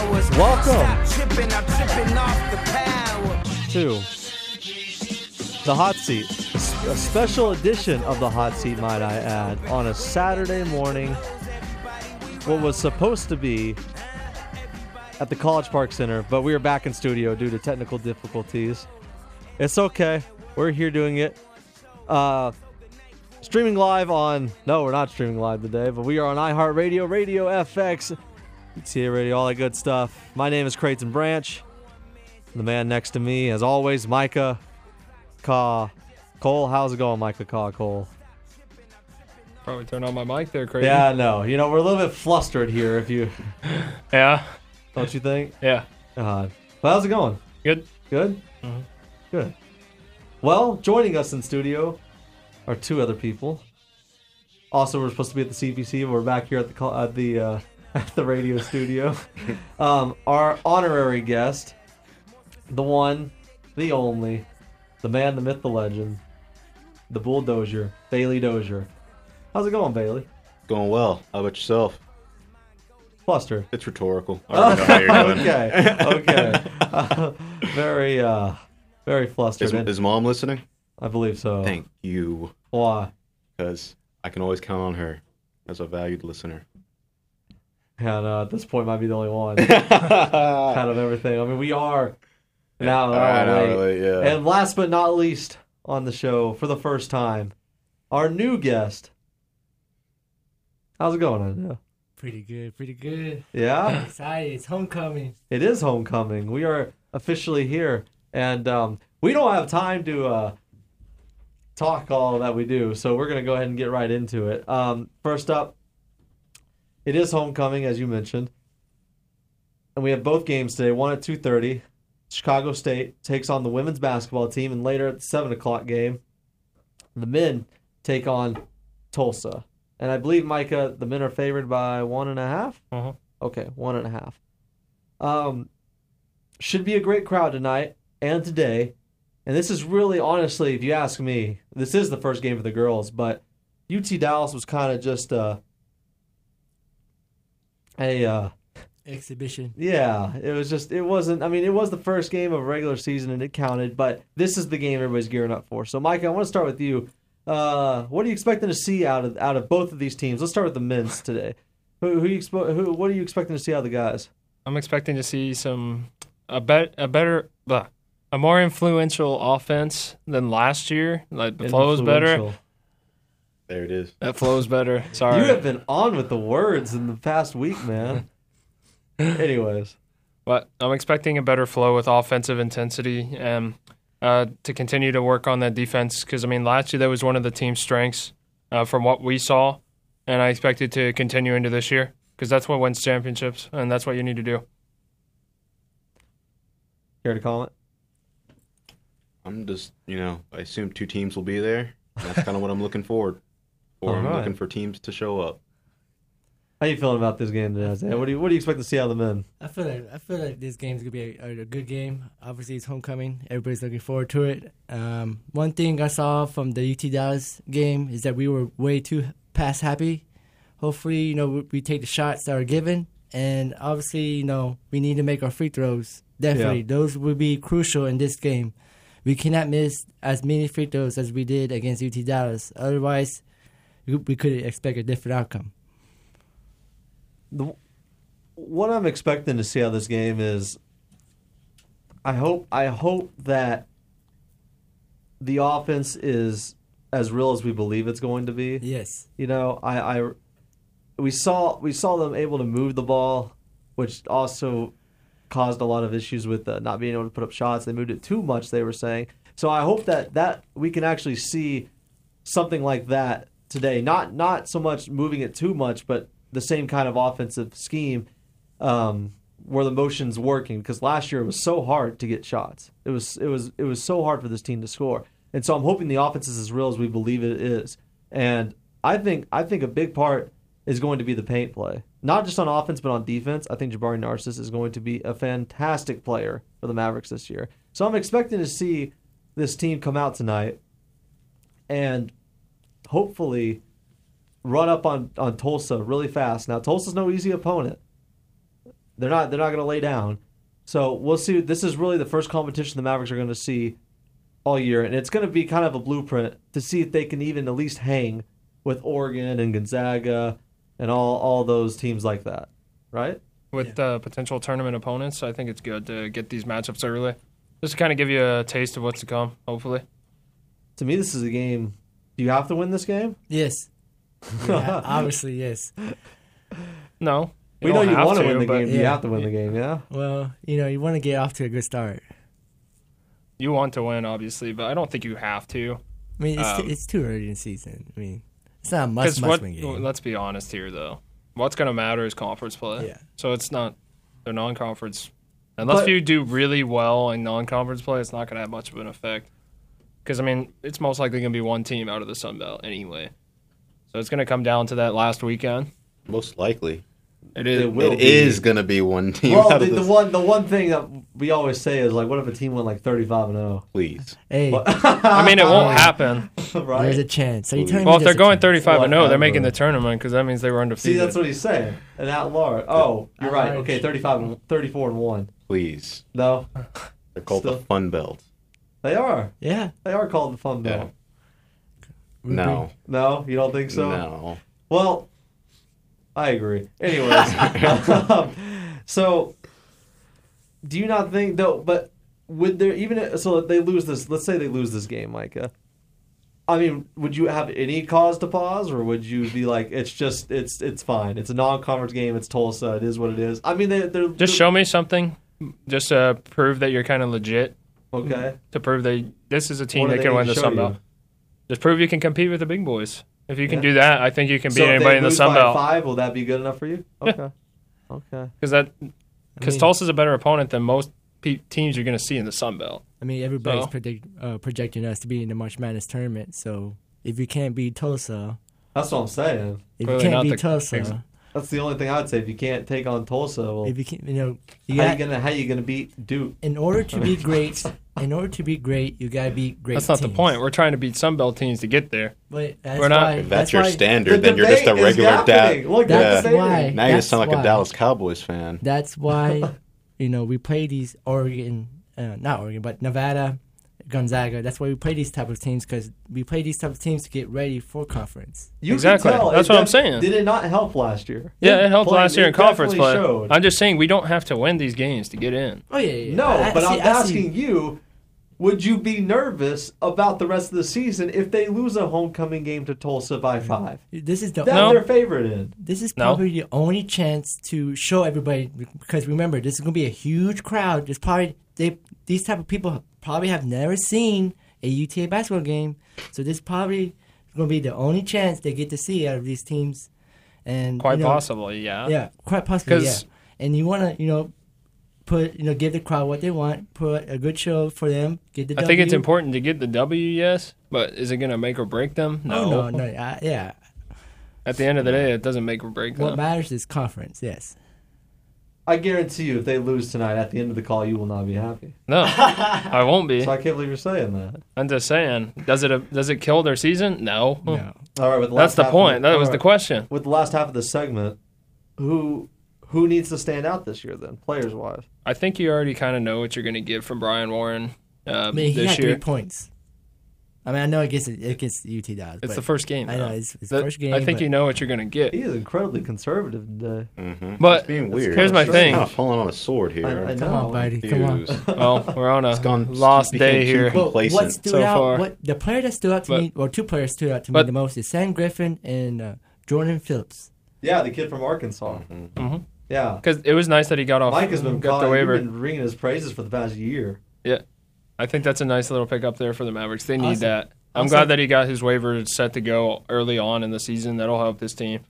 Welcome chipping, I'm tripping off the power. to the hot seat, a special edition of the hot seat, might I add, on a Saturday morning. What was supposed to be at the College Park Center, but we are back in studio due to technical difficulties. It's okay, we're here doing it. Uh, streaming live on no, we're not streaming live today, but we are on iHeartRadio, Radio FX, ETA Radio, all that good stuff. My name is Creighton Branch. The man next to me, as always, Micah Caw Cole. How's it going, Micah Caw Cole? Probably turn on my mic there, crazy. Yeah, no, you know we're a little bit flustered here. If you Yeah. don't you think? Yeah. Uh, but how's it going? Good. Good. Good. Well, joining us in studio are two other people. Also, we're supposed to be at the CPC, but we're back here at the col- at the uh, at the radio studio. um, our honorary guest, the one, the only, the man, the myth, the legend, the bulldozer, Bailey Dozier. How's it going, Bailey? Going well. How about yourself? Flustered. It's rhetorical. I already know how you're doing. Okay. Okay. Uh, very uh, very flustered. Is, and- is mom listening? I believe so. Thank you, Why? because I can always count on her as a valued listener. Yeah, no, uh, at this point, might be the only one All out of everything. I mean, we are now an right, hour not late. really, yeah. And last but not least on the show for the first time, our new guest. How's it going, Andrea? Pretty good, pretty good. Yeah, Excited, it's homecoming. it is homecoming. We are officially here, and um, we don't have time to uh, talk all that we do, so we're gonna go ahead and get right into it. Um, first up, it is homecoming, as you mentioned, and we have both games today. One at two thirty, Chicago State takes on the women's basketball team, and later at the seven o'clock game, the men take on Tulsa. And I believe Micah, the men are favored by one and a half? Uh-huh. Okay, one and a half. Um, should be a great crowd tonight and today. And this is really, honestly, if you ask me, this is the first game for the girls, but UT Dallas was kind of just uh, a. Uh, Exhibition. yeah, it was just it wasn't. I mean, it was the first game of regular season and it counted, but this is the game everybody's gearing up for. So, Mike, I want to start with you. Uh, what are you expecting to see out of out of both of these teams? Let's start with the men's today. Who who you expo- who what are you expecting to see out of the guys? I'm expecting to see some a bet a better blah, a more influential offense than last year. Like the flow is better. Influential. there it is. That flows better. Sorry. You have been on with the words in the past week, man. Anyways, But I'm expecting a better flow with offensive intensity and uh, to continue to work on that defense because I mean last year that was one of the team's strengths uh, from what we saw, and I expect it to continue into this year because that's what wins championships and that's what you need to do. care to comment? I'm just, you know, I assume two teams will be there. and That's kind of what I'm looking forward for. I'm Alright. looking for teams to show up. How you feeling about this game today? Isaiah? What do you what do you expect to see out of the men? I feel like I feel like this game's gonna be a, a good game. Obviously, it's homecoming. Everybody's looking forward to it. Um, one thing I saw from the UT Dallas game is that we were way too pass happy. Hopefully, you know we, we take the shots that are given, and obviously, you know we need to make our free throws. Definitely, those will be crucial in this game. We cannot miss as many free throws as we did against UT Dallas. Otherwise, we, we could expect a different outcome. the what I'm expecting to see out of this game is I hope I hope that the offense is as real as we believe it's going to be. Yes. You know, I, I we saw we saw them able to move the ball, which also caused a lot of issues with uh, not being able to put up shots. They moved it too much. They were saying. So I hope that that we can actually see something like that today. Not not so much moving it too much, but the same kind of offensive scheme um, where the motion's working. Because last year it was so hard to get shots. It was it was it was so hard for this team to score. And so I'm hoping the offense is as real as we believe it is. And I think I think a big part is going to be the paint play. Not just on offense, but on defense. I think Jabari Narcis is going to be a fantastic player for the Mavericks this year. So I'm expecting to see this team come out tonight and hopefully run up on, on Tulsa really fast. Now, Tulsa's no easy opponent. They're not they're not going to lay down. So we'll see. This is really the first competition the Mavericks are going to see all year, and it's going to be kind of a blueprint to see if they can even at least hang with Oregon and Gonzaga and all all those teams like that, right? with uh, potential tournament opponents. I think it's good to get these matchups early, just to kind of give you a taste of what's to come. Hopefully, To me, this is a game. Do you have to win this game? Yes. Yeah, obviously, yes. no, we know don't you have want to win the but game. You Yeah. have to win the game, yeah. Well, you know, you want to get off to a good start. You want to win, obviously, but I don't think you have to. I mean, it's, Um, it's too early in the season. I mean, it's not a must Because must what? win game. Let's be honest here, though. What's going to matter is conference play. Yeah. So it's not they're non-conference. Unless But- you do really well in non-conference play, it's not going to have much of an effect. Because I mean, it's most likely going to be one team out of the Sun Belt anyway. So it's going to come down to that last weekend. Most likely, It is. It will. it be. is gonna be one team. Well, out the, of the this. one the one thing that we always say is like, what if a team went like thirty five and oh? zero? please. hey, I mean, it Uh-huh. won't happen. there's right? a chance. Are you telling me Well, if they're there's a going chance? 35 and 0, they're Whatever. making the tournament because that means they were See, undefeated. that's what he's saying. And at large. Oh, you're right. Ouch. Okay, 35 and 34 and 1. Please. No. They're called the Still- Fun Belt. They are. Yeah. They are called the Fun Belt. Yeah. No. No, you don't think Mm-hmm. so? no. Well, I agree. Anyways, so do you not think though? But would there even if- so if they lose this? Let's say they lose this game, Micah. I mean, would you have any cause to pause, or would you be like, it's just it's it's fine. It's a non-conference game. It's Tulsa. It is what it is. I mean, they, they're Just they're- show me something just to prove that you're kind of legit, Okay, to prove that this is a team What do that they can need win to the show Sun you? Belt. Just prove you can compete with the big boys. If you can Yeah. do that, I think you can beat So if they anybody in the lose Sun by Belt. Five, will that be good enough for you? Yeah. Okay, okay. Because that, because mean- Tulsa's a better opponent than most pe- teams you're going to see in the Sun Belt. I mean, everybody's So? predict, uh, projecting us to be in the March Madness tournament. So if you can't beat Tulsa, That's what I'm saying. if Clearly you not can't beat the- Tulsa, ex- That's the only thing I would say. If you can't take on Tulsa, well, if you can, you know, you how got, you gonna how you gonna beat Duke? in order to be great, in order to be great, you gotta be great. That's not the teams. point. We're trying to beat Sun Belt teams to get there. But that's We're not- why, If that's, your why, standard, then you're just a debate is regular dad. happening. Look, That's debating. why- Now you That's just sound like why. a Dallas Cowboys fan. That's why, you know, we play these Oregon, uh, not Oregon, but Nevada, Gonzaga. That's why we play these type of teams because we play these type of teams to get ready for conference. You can Exactly. tell That's it what I'm def- saying. Did it not help last year? Yeah, it helped Playing- last year it in conference play. definitely showed. I'm just saying we don't have to win these games to get in. Oh yeah, yeah. No, I- I but see- I'm I see. asking you, would you be nervous about the rest of the season if they lose a homecoming game to Tulsa by five? This is the That No. they're favorite in. this is No. probably the only chance to show everybody because remember this is going to be a huge crowd. There's probably they these type of people probably have never seen a UTA basketball game, so this probably going to be the only chance they get to see out of these teams. And Quite you know, possibly, yeah. yeah, quite possibly, yeah. 'Cause- And you want to you know put you know give the crowd what they want, put a good show for them, get the. I think it's W. important to get the W, yes, but is it going to make or break them? No. Oh, no, no, I, yeah. At the end of the day, it doesn't make or break What them. matters is conference. Yes. I guarantee you, if they lose tonight, at the end of the call, you will not be happy. no, I won't be. So I can't believe you're saying that. I'm just saying. Does it does it kill their season? No. No. All right, with the That's last the half of point. That was all the right. question. With the last half of the segment, who who needs to stand out this year then, players wise? I think you already kind of know what you're going to get from Brian Warren uh, I mean, he this got year. three points. I mean, I know against against UT Dallas. It's but the first game. I know though. it's, it's That- first game. I think but you know what you're going to get. He is incredibly conservative today. But Being weird. here's my I'm thing. Kind of falling on a sword here. I- I Come know. on, buddy. Come on. Confused. well, we're on a It's gone- lost became day too here. quick. Well, what Complacent stood so out? far. What the player that stood out to But- me, or two players stood out to but- me the most is Sam Griffin and uh, Jordan Phillips. Yeah, the kid from Arkansas. Mm-hmm. Mhm. Yeah. Because it was nice that he got off. Mike has been got caught. the You've waiver. been ringing his praises for the past year. Yeah, I think that's a nice little pickup there for the Mavericks. They need Awesome. that. I'm Awesome. glad that he got his waiver set to go early on in the season. That'll help this team.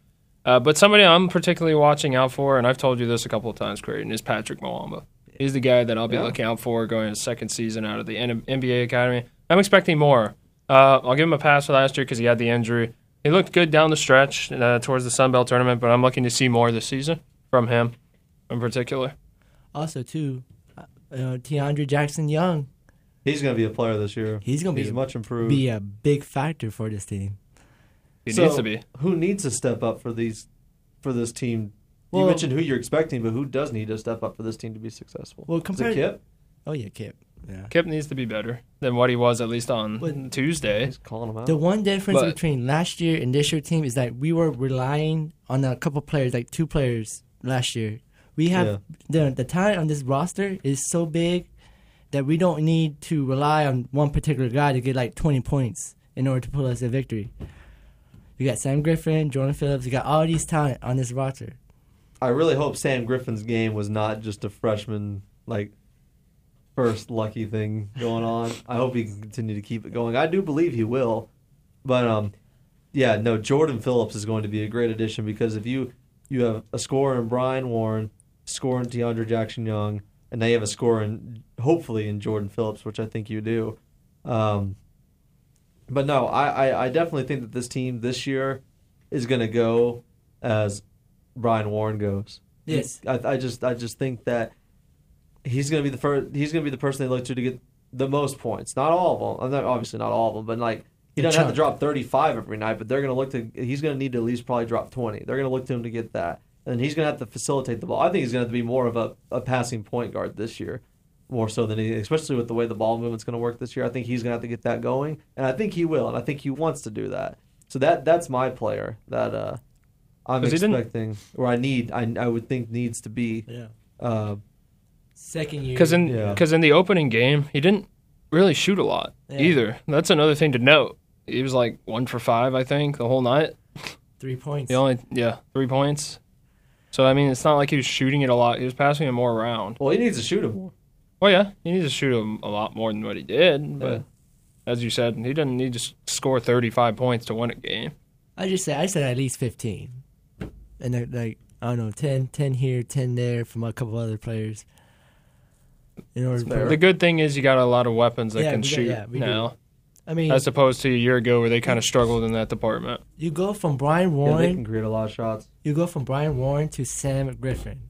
Uh, but somebody I'm particularly watching out for, and I've told you this a couple of times, Creighton, is Patrick Mwamba. He's the guy that I'll be Yeah. looking out for going his second season out of the N- NBA Academy. I'm expecting more. Uh, I'll give him a pass for last year because he had the injury. He looked good down the stretch uh, towards the Sun Belt tournament, but I'm looking to see more this season from him in particular. Also, too, uh, uh, DeAndre Jackson Young. He's going to be a player this year. He's gonna be He's a- much improved. Be a big factor for this team. He So, needs to be. Who needs to step up for these for this team Well- you mentioned who you're expecting, but who does need to step up for this team to be successful? Well, Is it compared- Kip? Oh yeah, Kip. Yeah. Kip needs to be better than what he was at least on But- Tuesday. He's calling him out. The one difference But- between last year and this year team is that we were relying on a couple players, like two players last year. We have the the talent on this roster is so big that we don't need to rely on one particular guy to get like twenty points in order to pull us a victory. You got Sam Griffin, Jordan Phillips. You got all these talent on this roster. I really hope Sam Griffin's game was not just a freshman like first lucky thing going on. I hope he can continue to keep it going. I do believe he will, but um, yeah, no. Jordan Phillips is going to be a great addition because if you you have a scorer in Brian Warren, scorer in DeAndre Jackson Young, and now you have a scorer in hopefully in Jordan Phillips, which I think you do. Um, but no, I, I, I definitely think that this team this year is going to go as Brian Warren goes. Yes. I, I just I just think that he's going to be the first. He's going to be the person they look to to get the most points. Not all of them. I'm not, obviously not all of them, but like he A doesn't have to chunk. drop 35 every night. But they're going to look to. He's going to need to at least probably drop 20. They're going to look to him to get that, and then he's going to have to facilitate the ball. I think he's going to have to be more of a, a passing point guard this year. More so than he, especially with the way the ball movement's going to work this year, I think he's going to have to get that going, and I think he will, and I think he wants to do that. So that that's my player that uh, I'm 'Cause he didn't- expecting, or I need, I, I would think needs to be. Yeah. Uh, Second year. Because in Yeah. because in the opening game, he didn't really shoot a lot Yeah. either. That's another thing to note. He was like one for five, I think, the whole night. three points. He only yeah three points. So I mean, it's not like he was shooting it a lot. He was passing it more around. well, he needs to shoot him more. Oh yeah, he needs to shoot a, a lot more than what he did. But Yeah. as you said, he didn't need to s- score thirty five points to win a game. I just said I said at least fifteen, and then, like I don't know 10, 10 here, ten there from a couple other players. In order, to That's fair. put, The good thing is you got a lot of weapons that Yeah, can we got- shoot yeah, we do. now, I mean, as opposed to a year ago where they kind of struggled in that department. you go from Brian Yeah, they Warren, can create a lot of shots. you go from Brian Warren to Sam Griffin.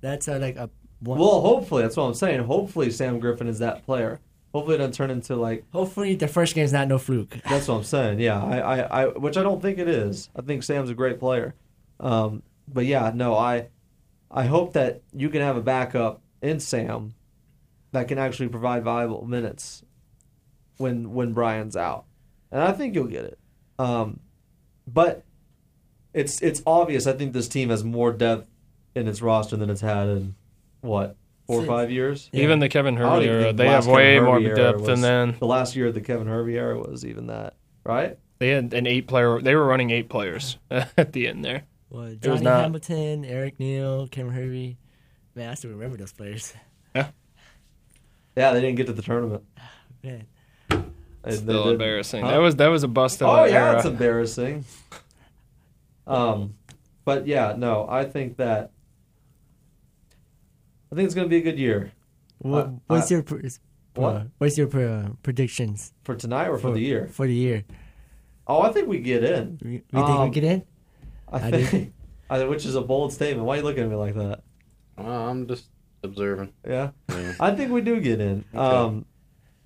That's a, like a one. Well, hopefully, that's what I'm saying. Hopefully, Sam Griffin is that player. Hopefully, it doesn't turn into like hopefully, the first game's not no fluke. that's what I'm saying. Yeah, I, I, I which I don't think it is. I think Sam's a great player. Um, but yeah, no, I, I hope that you can have a backup in Sam that can actually provide viable minutes when when Brian's out, and I think you'll get it. Um, but it's it's obvious. I think this team has more depth in its roster than it's had in what four or Since- five years. Yeah. Even the Kevin I don't Hervey even era, think they the have last Kevin way more Hervey era depth was- than then. The last year of the Kevin Hervey era was even that, right? They had an eight player. They were running eight players at the end there. Well, Johnny not- Hamilton, Eric Neal, Cameron Hervey. Man, I still remember those players. Yeah, they didn't get to the tournament. Man, They- they Still didn't. embarrassing. Huh? That was that was a bust of Oh an yeah, era. it's embarrassing. Um, but yeah, no, I think that I think it's going to be a good year what, Uh, what's I- your pr- What? what's your pr- uh, predictions for tonight or for, the year. For the year, Oh, I think we get in. we, we think Um, we get in. I I think, think- I think which is a bold statement. Why are you looking at me like that? Uh, I'm just observing. Yeah. Yeah. I think we do get in. Um,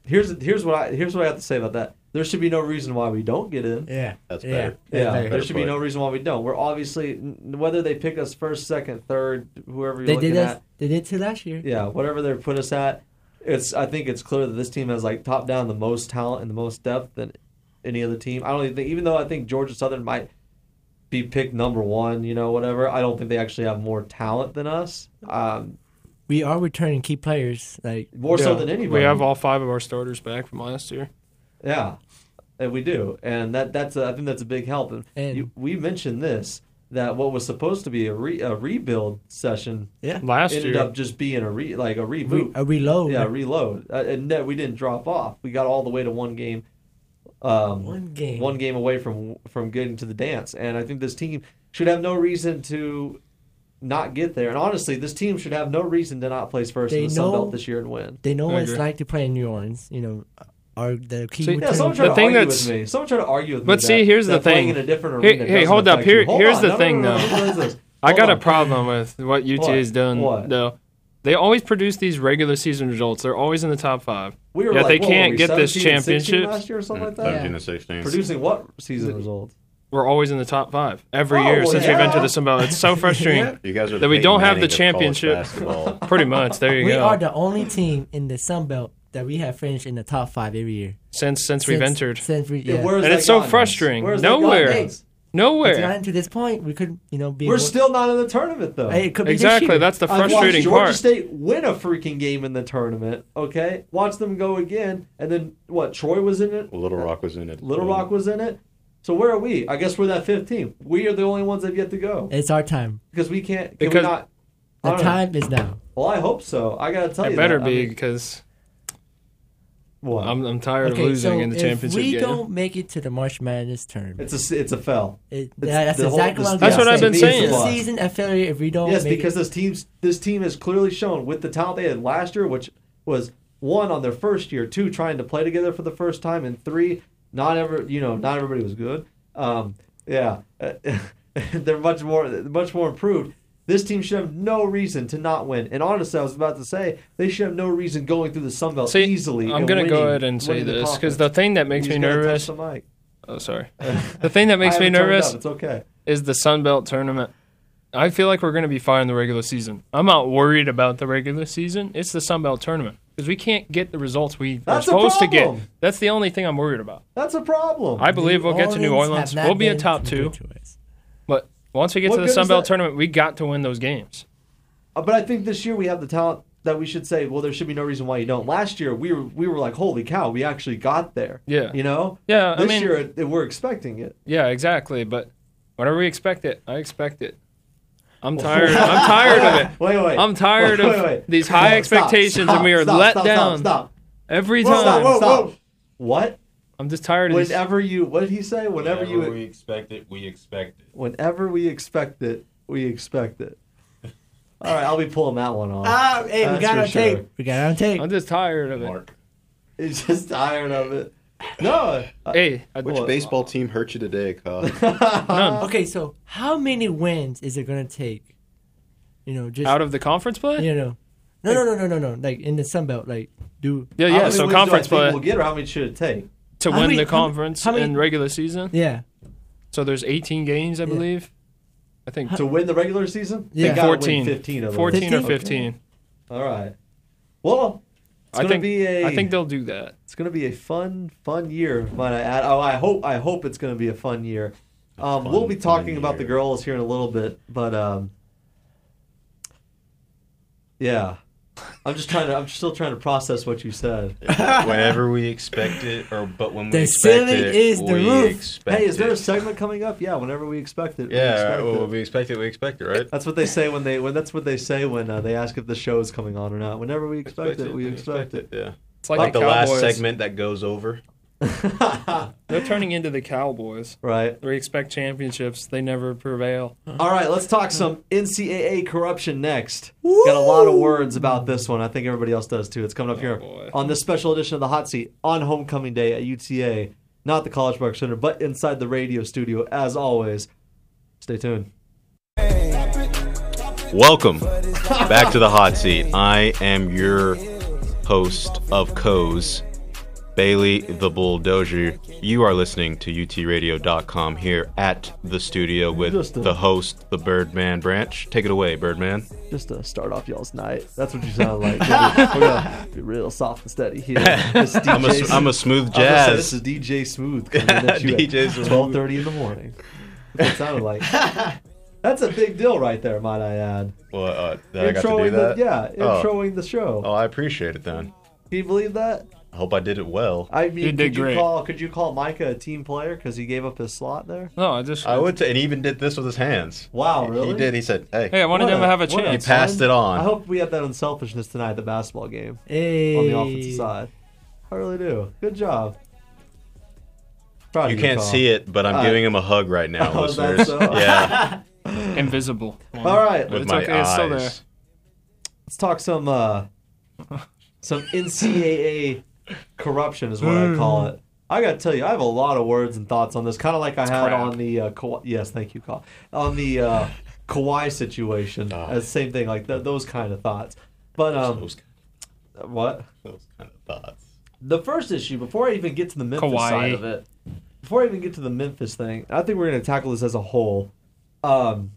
here's here's what I here's what I have to say about that. There should be no reason why we don't get in. Yeah, That's yeah. better. Yeah, better. there should be point. no reason why we don't. We're obviously n- whether they pick us first, second, third, whoever you're They looking did at. us. They did two last year. Yeah, whatever they put us at, it's I think it's clear that this team has like top down the most talent and the most depth than any other team. I don't even think, even though I think Georgia Southern might be picked number one, you know, whatever. I don't think they actually have more talent than us. Um, We are returning key players. Like more so Yeah. than anybody. We have all five of our starters back from last year. Yeah, and we do, and that that's a, I think that's a big help. And, And- you, we mentioned this that what was supposed to be a, re, a rebuild session yeah, Last ended year, up just being a re, like a we, reboot. a oh, reload. yeah, reload, uh, and that we didn't drop off. We got all the way to one game. Um, One game. one game away from from getting to the dance, and I think this team should have no reason to not get there. And honestly, this team should have no reason to not place first in They the Sun Belt know- this year and win. They know I what it's agree. like to play in New Orleans. You know, are the key. See, yeah, Yeah, returning- someone The tried to thing argue that's- with me. Someone tried to argue with me. But see, that- here's the that playing thing. in a different Hey- arena hey, doesn't hold up. affect you. Here- Hold here's on. the No, no, thing, no, no, though. no, no, no, no. I Hold got a on. problem with what UT What? has done. What? Though they always produce these regular season results. They're always in the top five. We were Yet like, they what were can't we, get this 17 and 16 championship. last year or something like that. 17 to 16. Producing what season results? we're always in the top five every Oh, year well, since yeah. we've entered the Sun Belt. It's so frustrating. You guys are That we Peyton don't have the Manning of college championship. basketball. Pretty much. There you We go. are the only team in the Sun Belt that we have finished in the top five every year. since since we've entered Since we, Yeah, yeah. where's And that it's so gotten us? frustrating. Where's that Nowhere. gotten us? If we got nowhere. into this point, we could, you know, be We're one- still not in the tournament though. Uh, Hey, it could be this Exactly. year. That's the I've watched frustrating Georgia part. State win a freaking game in the tournament. Okay, watch them go again, and then what? Troy was in it. Little Rock was in it. Mm. Little Rock was in it. So where are we? I guess we're that fifth team. We are the only ones that have yet to go It's our time. because we can't. Can Because- we not? I The don't know. time is now. Well, I hope so. I gotta tell It you. better that. I be mean, because what? I'm, I'm tired of losing so in the if championship we game. don't make it to the March Madness tournament, it's a it's a fell. it, It's that's the whole- exactly the- what I'm That's gonna what I've say. been saying. It's a Why? season of failure if we don't. Yes, make because it. this team's this team has clearly shown with the talent they had last year, which was one on their first year, two trying to play together for the first time, and three not ever you know not everybody was good. Um, yeah, they're much more much more improved. This team should have no reason to not win. And honestly, I was about to say they should have no reason going through the Sun Belt See, easily. I'm and gonna go winning- ahead and say winning this because conference. the thing that You makes me just gotta touch nervous. the mic. Oh, sorry. the thing that makes I me haven't turned it nervous up, It's okay. is the Sun Belt tournament. I feel like we're going to be fine in the regular season. I'm not worried about the regular season. It's the Sun Belt tournament because we can't get the results we are That's a supposed to get. problem. That's the only thing I'm worried about. That's a problem. I believe we'll get to New Orleans. have not We'll be a been top too two, good to us. but once we get What to the good Sun is Belt that? tournament, we got to win those games. Uh, But I think this year we have the talent that we should say, well, there should be no reason why you don't. Last year we were we were like, holy cow, we actually got there. Yeah. You know. Yeah, I This mean- year it, it- we're expecting it. Yeah, exactly. But whenever we expect it, I expect it. I'm tired. I'm tired of it. Wait, wait. I'm tired Wait, of wait, wait. these high Stop, expectations, stop, and we are stop, let stop, down Stop. every Stop. time. Stop. Whoa, Stop. whoa. What? I'm just tired of these. Whenever you, what did he say? Whenever, Whenever you, we expect it, we expect it. whenever we expect it, we expect it. All right, I'll be pulling that one off. Ah, hey, we That's got for on tape. sure. We got on tape. I'm just tired of it. Mark. He's just tired of it. No. uh, Hey, I, Which well, baseball team hurt you today, Kyle? none Okay, so how many wins is it gonna take? You know, just out of the conference play? you know, no, no, no, no, no, no. Like in the Sun Belt, like do Yeah, how yeah. many So wins do I conference think play We'll get or how many should it take? to How win many- the how many- conference how many- in regular season. yeah, So there's 18 games, I believe. I think to win the regular season? Yeah. they gotta win 14, 15 of them. 14 or 15? 15. All right. Well, it's I gonna think be a. I think they'll do that. it's gonna be a fun, fun year. Might I add? Oh, I hope I hope it's gonna be a fun year. Um, fun, we'll be fun talking about the year. girls here in a little bit, but um, yeah, I'm just trying to. I'm still trying to process what you said. Whenever we expect it, or but when we The expect ceiling it, is the we roof. expect Hey, is there a it. segment coming up? Yeah, whenever we expect it. we Yeah, expect right, well, it. we expect it. We expect it, right? That's what they say when they when that's what they say when uh, they ask if the show is coming on or not. Whenever we expect, it, we expect it. Yeah, It's like, like the, the last Cowboys. segment that goes over. They're turning into the Cowboys. Right. We expect championships. They never prevail. Uh-huh. All right, let's talk some NCAA corruption next. Got a lot of words about this one. I think everybody else does too. It's coming Oh, up here boy. on this special edition of the Hot Seat on homecoming day at UTA, not the College Park Center, but inside the radio studio as always. Stay tuned. Welcome back to the hot seat. I am your host of Co's, Bailey the Bulldozer. You are listening to utradio.com here at the studio with Just a- the host, the Birdman Branch. Take it away, Birdman. Just to start off y'all's night. That's what you sound like. We're gonna be real soft and steady here. This is DJ I'm a, s- I'm a smooth I was gonna say, this jazz. is DJ Smooth coming at you DJ at Smooth. 12:30 in the morning. That's what it sounded like. That's a big deal right there, might I add. Well, uh, that I got to Introing do that? The, yeah, Oh. introing the show. Oh, I appreciate it then. Can you believe that? I hope I did it well. I mean, You did could you great. call could you call Micah a team player because he gave up his slot there? No, I just. I would, t- and he even did this with his hands. Wow, He- really? He did. He said, "Hey, Hey, I wanted What them to have a what chance. He passed son. it on. I hope we have that unselfishness tonight at the basketball game hey. on the offensive side. I really do. Good job. Proud of You can't see it, but I'm Uh, giving him a hug right now, Oh, is that listeners. so? Yeah, Invisible. All right, with It's my okay, it's still there. eyes. let's talk some uh some NCAA corruption is what I call it. I gotta tell you, I have a lot of words and thoughts on this, kind of like I had crap. on the uh, Kawhi, yes, thank you, Kyle, on the uh, Kawhi situation. Uh, same thing, like th- those kind of thoughts. But um, Ah. Those, what those kind of thoughts. the first issue before I even get to the Memphis Kawhi. side of it before I even get to the Memphis thing, I think we're going to tackle this as a whole. Um,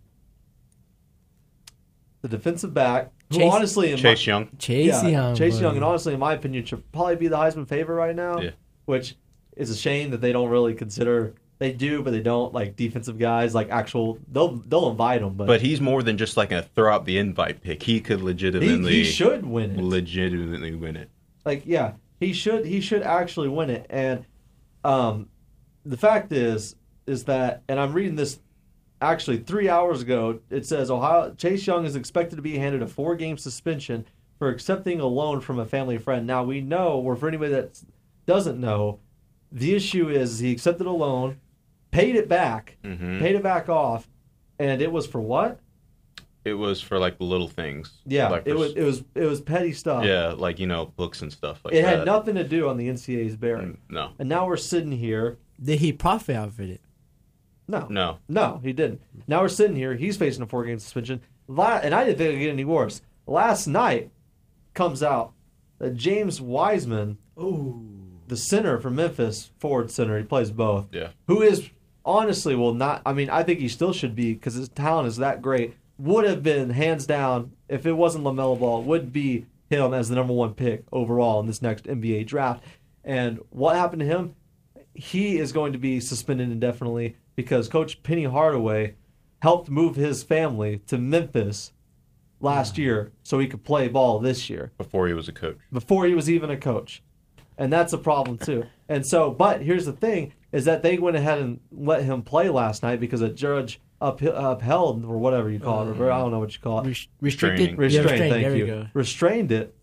the defensive back, who Chase- honestly, in Chase my, Young. Chase yeah, Young. Chase bro. Young, and honestly, in my opinion, should probably be the Heisman favorite right now. Yeah. Which is a shame that they don't really consider. They do, but they don't like defensive guys, like actual. They'll they'll invite them, but, But he's more than just like a throw out the invite pick. He could he, legitimately, he should win it. legitimately win it. Like yeah, he should he should actually win it. And um, the fact is is that, and I'm reading this actually three hours ago. It says Ohio Chase Young is expected to be handed a four game suspension for accepting a loan from a family friend. Now we know, or for anybody that doesn't know, the issue is he accepted a loan, paid it back, Mm-hmm. paid it back off, and it was for what? It was for like little things. Yeah, Like it for- was it was it was petty stuff. Yeah, like you know, books and stuff like It that. had nothing to do on the NCAA's bearing. No, And now we're sitting here. Did he profit out of it? No, no. no, he didn't. Now we're sitting here. He's facing a four-game suspension. La- and I didn't think it would get any worse. Last night comes out that James Wiseman, the center from Memphis, forward center, he plays both. Yeah. Who is honestly will not. I mean, I think he still should be because his talent is that great. Would have been hands down if it wasn't Lamelo Ball. Would be him as the number one pick overall in this next NBA draft. And what happened to him? He is going to be suspended indefinitely because Coach Penny Hardaway helped move his family to Memphis last year so he could play ball this year Before he was a coach. before he was even a coach. And that's a problem too. And so, but here's the thing is that they went ahead and let him play last night because a judge up, upheld or whatever you call it, or I don't know what you call it. Res- restricted. Restraining. Uh, Yeah, Restrained, restrained, thank there you. we go. Restrained it.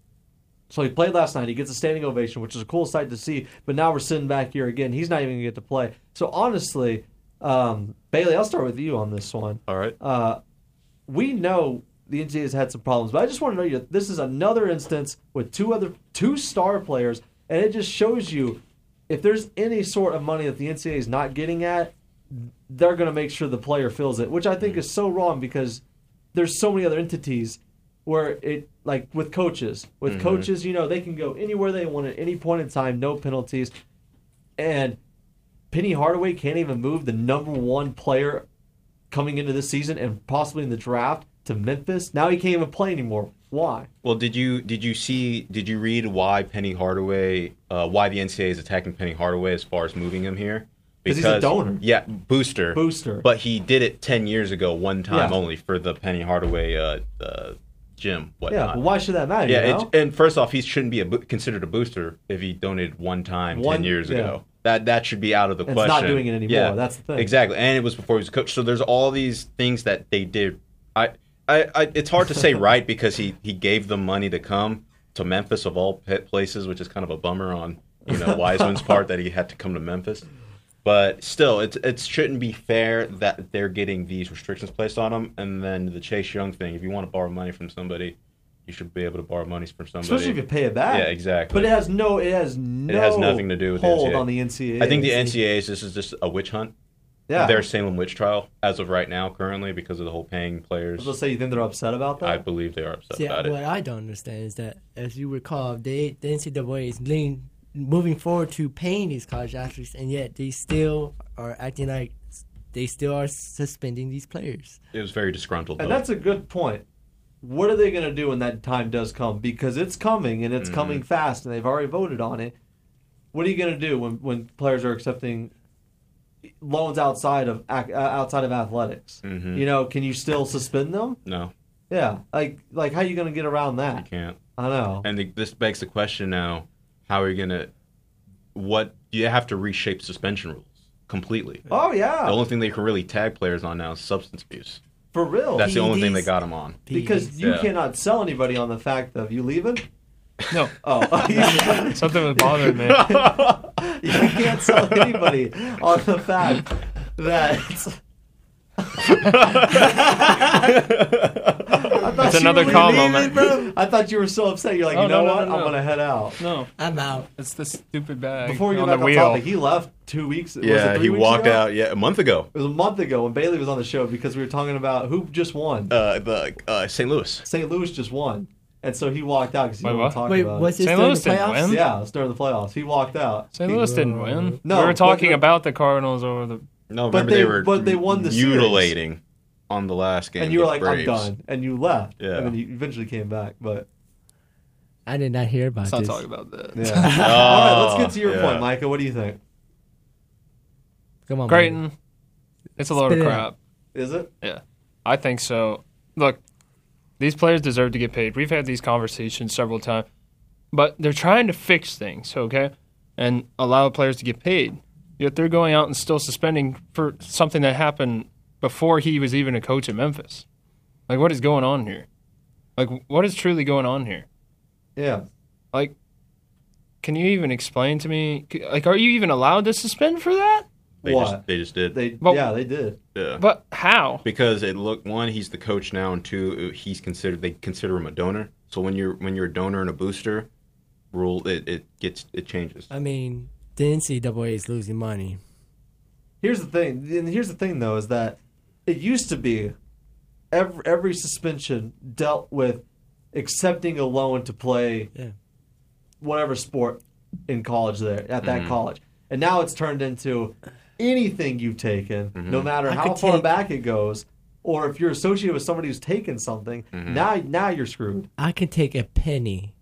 So he played last night. He gets a standing ovation, which is a cool sight to see. But now we're sitting back here again. He's not even going to get to play. So honestly, um, Bailey, I'll start with you on this one All right. we know the NCAA has had some problems, but I just want to know you. This is another instance with two other two star players, and it just shows you if there's any sort of money that the NCAA is not getting at, they're going to make sure the player feels it, which I think is so wrong because there's so many other entities where it like with coaches, with coaches, you know, they can go anywhere they want at any point in time, no penalties, and Penny Hardaway can't even move the number one player coming into this season and possibly in the draft to Memphis. Now he can't even play anymore. Why? Well, did you did you see did you read why Penny Hardaway uh, why the NCAA is attacking Penny Hardaway as far as moving him here? 'Cause he's a donor. Yeah, booster. Booster. But he did it ten years ago, one time Yeah. only for the Penny Hardaway uh, uh, gym. Yeah, Whatnot. but why should that matter? Yeah, you it, know? and first off, he shouldn't be a, bo- considered a booster if he donated one time One- ten years yeah. ago. That that should be out of the And it's question. not doing it anymore, that's the thing. Exactly, and it was before he was a coach. So there's all these things that they did. I, I, I it's hard to say right because he he gave them money to come to Memphis of all pit places, which is kind of a bummer on you know Wiseman's part that he had to come to Memphis. But still, it it shouldn't be fair that they're getting these restrictions placed on them. And then the Chase Young thing. If you want to borrow money from somebody, you should be able to borrow money from somebody. Especially if you pay it back. Yeah, exactly. But it has no. It has no. It has nothing to do with the hold NCAA. on the NCAA. I think the NCAA's this is just a witch hunt. yeah. Their Salem witch trial as of right now, currently because of the whole paying players. Let's say you think they're upset about that. I believe they are upset See, about what it. I don't understand is that, as you recall, they the NCAA is leaning, moving forward to paying these college athletes, and yet they still are acting like they still are suspending these players. It was very disgruntled. and though. that's a good point. What are they going to do when that time does come? Because it's coming and it's coming Mm-hmm. fast, and they've already voted on it. What are you going to do when, when players are accepting loans outside of ac- uh, outside of athletics? Mm-hmm. You know, can you still suspend them? no, Yeah, like like how you gonna get around you that? can't. I know. And the, this begs the question now: How are you gonna? What you have to reshape suspension rules completely. oh The yeah, only thing they can really tag players on now is substance abuse. for real. That's the only thing they E PEDs. got them on. because you Yeah. cannot sell anybody on the fact of you leaving. No, Oh, you something was bothering me. can't sell anybody on the fact that. It's another calm moment. I thought you were so upset. You're like, Oh, you know no, no, what? no, I'm no. gonna head out. No, I'm out. it's the stupid bag Before we get on back the on wheel. topic, he left two weeks. was it Yeah, three he weeks walked ago? out. Yeah, a month ago. It was a month ago when Bailey was on the show because we were talking about who just won. Uh, the uh, St. Louis. St. Louis just won. and so he walked out because he Wait, didn't what? want to talk Wait, about was it. this St. during the Louis didn't playoffs? win? Yeah, it was during the playoffs. He walked out. St. Louis didn't win. No, we were but- talking about the Cardinals over the. No, But remember they- they, were but they won the series. mutilating on the last game. And you were like, against Braves. I'm done. And you left. Yeah. And then you eventually came back. But I did not hear about Let's not this. talk about that. yeah. All right, let's get to your yeah. point, Micah. What do you think? Come on, Mike. Creighton, it's a load Spit of it crap. out. Is it? Yeah, I think so. Look, these players deserve to get paid. We've had these conversations several times, but they're trying to fix things, okay, and allow players to get paid. Yet they're going out and still suspending for something that happened before he was even a coach at Memphis. Like, what is going on here? Like, what is truly going on here? Yeah. Like, can you even explain to me? c- Like, are you even allowed to suspend for that? They what? just they just did. they, Well- yeah, they did. yeah. But how? because it look one he's the coach now and two he's considered they consider him a donor so when you're when you're a donor and a booster rule it, it gets it changes I mean, the NCAA is losing money. Here's the thing. And here's the thing, though, is that it used to be every, every suspension dealt with accepting a loan to play Yeah. whatever sport in college there at that college. And now it's turned into anything you've taken, no matter I how could far take- back it goes, or if you're associated with somebody who's taken something, now now you're screwed. I can take a penny,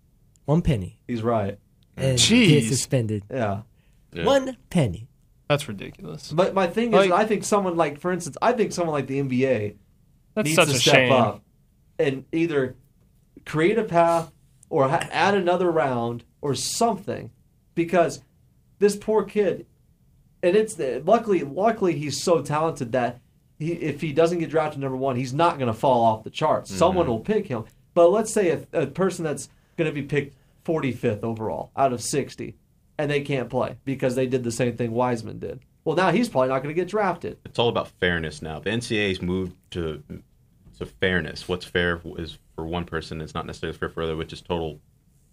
one penny, He's right. and get Jeez. suspended. Yeah. Yeah. One penny. That's ridiculous. But my thing is Like- that I think someone like for instance, I think someone like the NBA That's needs such to a step shame. up and either create a path or ha- add another round or something because this poor kid and it's luckily luckily he's so talented that he, if he doesn't get drafted number one he's not going to fall off the charts Mm-hmm. someone will pick him but let's say a, a person that's going to be picked 45th overall out of 60 and they can't play because they did the same thing wiseman did well now he's probably not going to get drafted it's all about fairness now the ncaa's moved to to fairness what's fair is for one person it's not necessarily fair for other which is total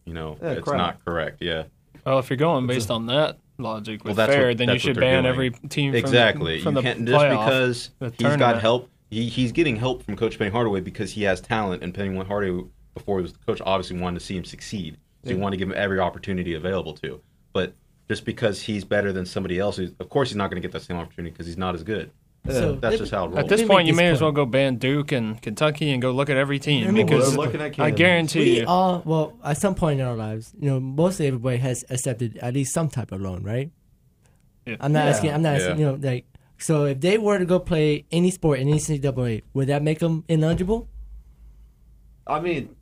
you know Yeah, it's crap. not correct yeah Well, if you're going based on that logic Well, with that's fair, what- then you that's what should they're ban doing. every team from, exactly from you the can't just playoff, because the he's got tournament. help he, he's getting help from coach penny hardaway because he has talent and penny hardaway before he was the coach obviously wanted to see him succeed so you want to give him every opportunity available to but just because he's better than somebody else he's- of course he's not going to get that same opportunity because he's not as good So that's let just me- how it rolls At this Let me point, make you this may as point. well go ban Duke and Kentucky and go look at every team Let me because We're looking at I Kansas. guarantee We you. all, well, at some point in our lives, you know, mostly everybody has accepted at least some type of loan, right? Yeah. I'm not Yeah. asking. I'm not asking. You Yeah. know, like, so if they were to go play any sport in NCAA, would that make them ineligible? i mean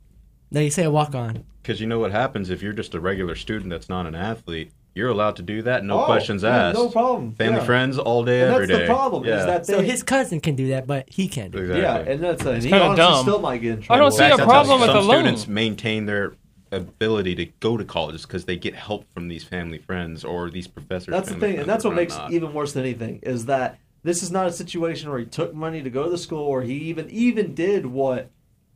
Like, you say a walk on. because you know what happens if you're just a regular student that's not an athlete you're allowed to do that no Oh, questions yeah, asked no problem. family Yeah. friends all day And every that's day the problem yeah. is that they, So his cousin can do that, but he can't. do it. exactly. Yeah, and that's and he kinda honestly dumb. still might get in I trouble. don't see fact, a that's how problem with some the loan. students maintain their ability to go to colleges because they get help from these family friends or these professors. That's the family thing, and friends that's what or makes whatnot. it even worse than anything is that this is not a situation where he took money to go to the school, or he even even did what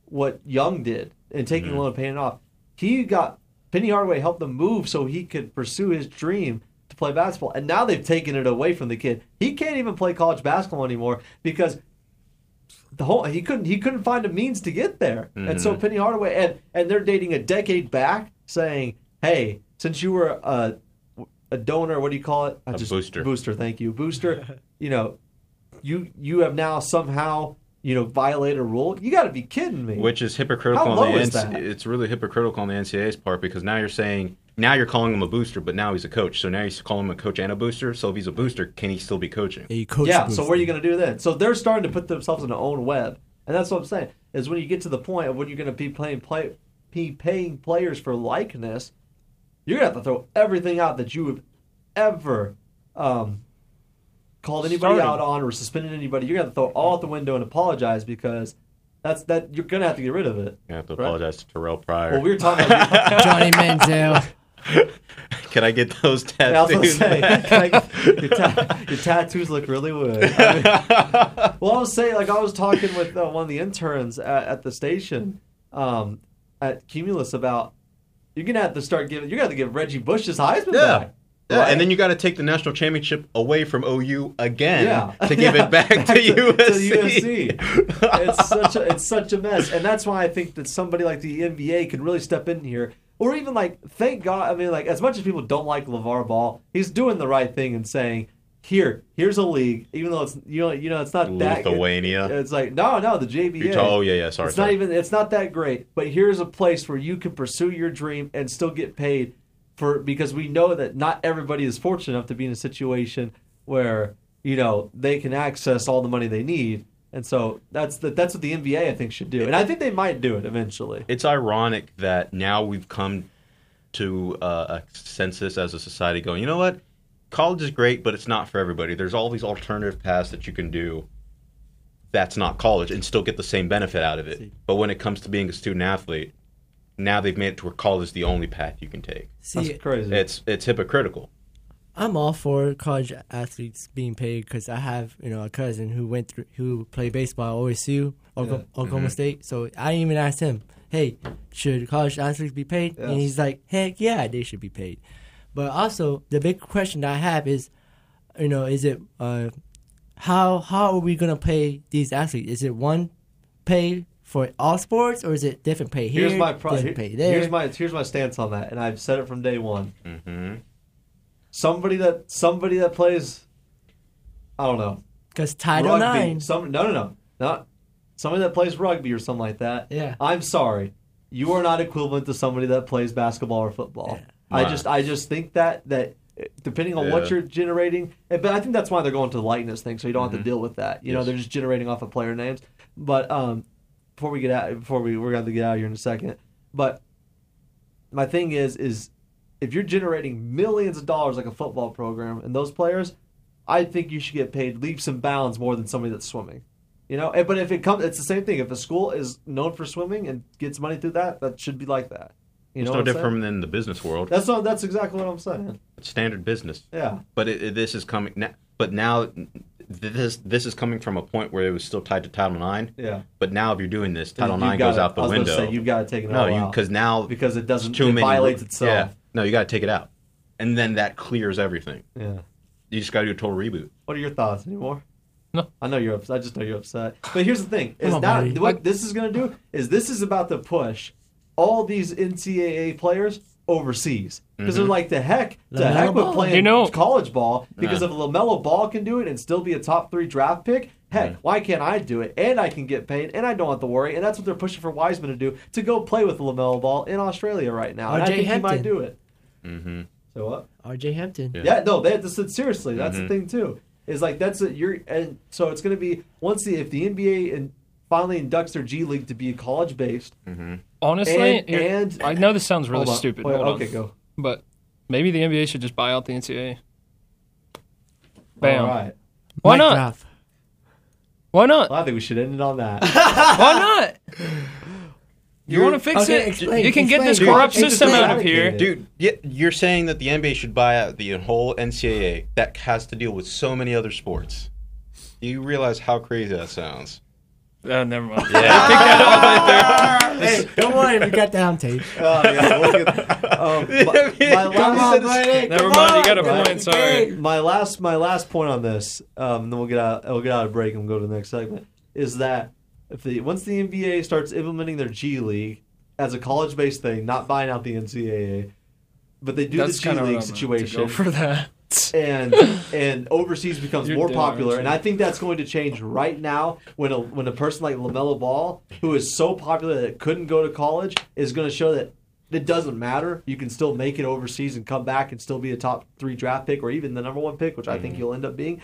what Young did and taking Mm-hmm. a loan and paying it off. He got Penny Hardaway helped him move so he could pursue his dream to play basketball, and now they've taken it away from the kid. He can't even play college basketball anymore because the whole he couldn't he couldn't find a means to get there. And so Mm-hmm. Penny Hardaway and and they're dating a decade back, saying, "Hey, since you were a a donor, what do you call it? A booster. Booster. Thank you, booster. you know, you you have now somehow you know violated a rule. You got to be kidding me. which is hypocritical How on low the is NC- that? it's really hypocritical on the NCAA's part because now you're saying now you're calling him a booster, but now he's a coach. So now you call him a coach and a booster. So if he's a booster, can he still be coaching? A coach yeah. boost. So what are you going to do then? So they're starting to put themselves in their own web, and that's what I'm saying. Is when you get to the point of when you're going to be playing play, be paying players for likeness, you're going to have to throw everything out that you have ever um, called anybody Started. out on or suspended anybody. You're going to have to throw it all out the window and apologize because that's that you're going to have to get rid of it. I have to Right. apologize to Terrell Pryor. Well, we were talking. About, Johnny Manziel. can I get those I was gonna tattoos? say, back? like, your, ta- your tattoos look really weird. I mean, well, I was saying, like, I was talking with uh, one of the interns at, at the station um, at Cumulus about you're gonna have to start giving. You're gonna have to give Reggie Bush his Heisman Yeah. back. Yeah, Right. and then you got to take the national championship away from OU again Yeah. to give Yeah. it back to, USC. USC. it's such a it's such a mess, and that's why I think that somebody like the NBA can really step in here, or even like thank God. I mean, like as much as people don't like Levar Ball, he's doing the right thing and saying. Here, here's a league. Even though it's you know, you know, it's not that Lithuania. It's like no, no, the JBA. Utah- oh, yeah, yeah, sorry, It's not sorry. even. It's not that great. But here's a place where you can pursue your dream and still get paid for because we know that not everybody is fortunate enough to be in a situation where you know they can access all the money they need. And so that's the, that's what the NBA I think should do, and I think they might do it eventually. It's ironic that now we've come to uh, a census as a society going, you know what? College is great, but it's not for everybody. There's all these alternative paths that you can do that's not college and still get the same benefit out of it. But when it comes to being a student athlete, now they've made it to where college is the only path you can take. See, That's crazy. It's it's hypocritical. I'm all for college athletes being paid because I have you know a cousin who went through who played baseball at OSU, Oklahoma, Mm-hmm. Oklahoma State. So I even asked him, "Hey, should college athletes be paid?" And Yes. he's like, "Heck yeah, they should be paid." But also the big question that I have is, you know, is it uh, how how are we gonna pay these athletes? Is it one pay for all sports or is it different pay here? here's my pro- different here- pay there. here's my here's my stance on that, and I've said it from day one. Mm-hmm. Somebody that somebody that plays, I don't know, because Title rugby. Nine. Some no no no not somebody that plays rugby or something like that. Yeah. I'm sorry, you are not equivalent to somebody that plays basketball or football. I Wow. just I just think that that eh, depending on Yeah. what you're generating, and- but I think that's why they're going to the likeness thing, so you don't have to deal with that. You know, they're just generating off of player names. But um, before we get out, before we we're going to get out of here in a second, but my thing is is if you're generating millions of dollars like a football program and those players, I think you should get paid leaps and bounds more than somebody that's swimming. You know, And- but if it comes, it's the same thing. If a school is known for swimming and gets money through that, that should be like that. You It's know, no what I'm different saying? than the business world. That's not, that's exactly what I'm saying. It's standard business. Yeah, But it, it- this is coming. Now, but now th- this this is coming from a point where it was still tied to Title Nine. yeah. But now, if you're doing this, Title You've Nine goes gotta- out the I was gonna window. Say, you've got to take it all no, out because now because it doesn't it's too it many violates ru- itself. Yeah. No, you got to take it out, and then that clears everything. yeah. You just got to do a total reboot. What are your thoughts anymore? No. I know you're upset. I just know you're upset. But here's the thing: is on, now buddy. what this is going to do is this is about to push all these NCAA players overseas because they're like the heck, the Mm-hmm. LaMelo heck with Ball. playing You know- college ball because if Lamelo Ball can do it and still be a top three draft pick. Heck, why can't I do it? And I can get paid, and I don't have to worry. And that's what they're pushing for Wiseman to do to go play with Lamelo Ball in Australia right now. And I RJ think he might Hampton. do it. Mm-hmm. So what? RJ Hampton. Yeah, no, they that's seriously. That's Mm-hmm. the thing too. Is like that's a you're and so it's gonna be once the if the NBA and finally inducts their G League to be college based. Honestly, And- here- and- I know this sounds Mm-hmm. really stupid. Hold on. okay, go. But maybe the NBA should just buy out the NCAA. Bam. All right. Why Mic not? drop. Why not? Well, I think we should end it on that. Why not? You want to fix okay, it? explain- you can get explain, this dude. corrupt Explain. system out of here. Yeah. Dude, y- you're saying that the NBA should buy out the whole NCAA that has to deal with so many other sports. Do you realize how crazy that sounds? Ah! Oh, never mind. Hey, don't worry, we got the on tape. Oh, yeah, we'll get- um, my, my Come last, on, buddy. Never come mind, you on. got a Got point, the sorry. game. my last my last point on this, um, then we'll get out we'll get out of break and we'll go to the next segment. Is that if the once the NBA starts implementing their G League as a college based thing, not buying out the NCAA, but they do That's the G kind of League situation Go for that. and and overseas becomes You're more dead, popular. aren't And you? I think that's going to change right now when a when a person like Lamelo Ball, who is so popular that couldn't go to college, is going to show that it doesn't matter. You can still make it overseas and come back and still be a top three draft pick or even the number one pick, which I Mm-hmm. think you'll end up being.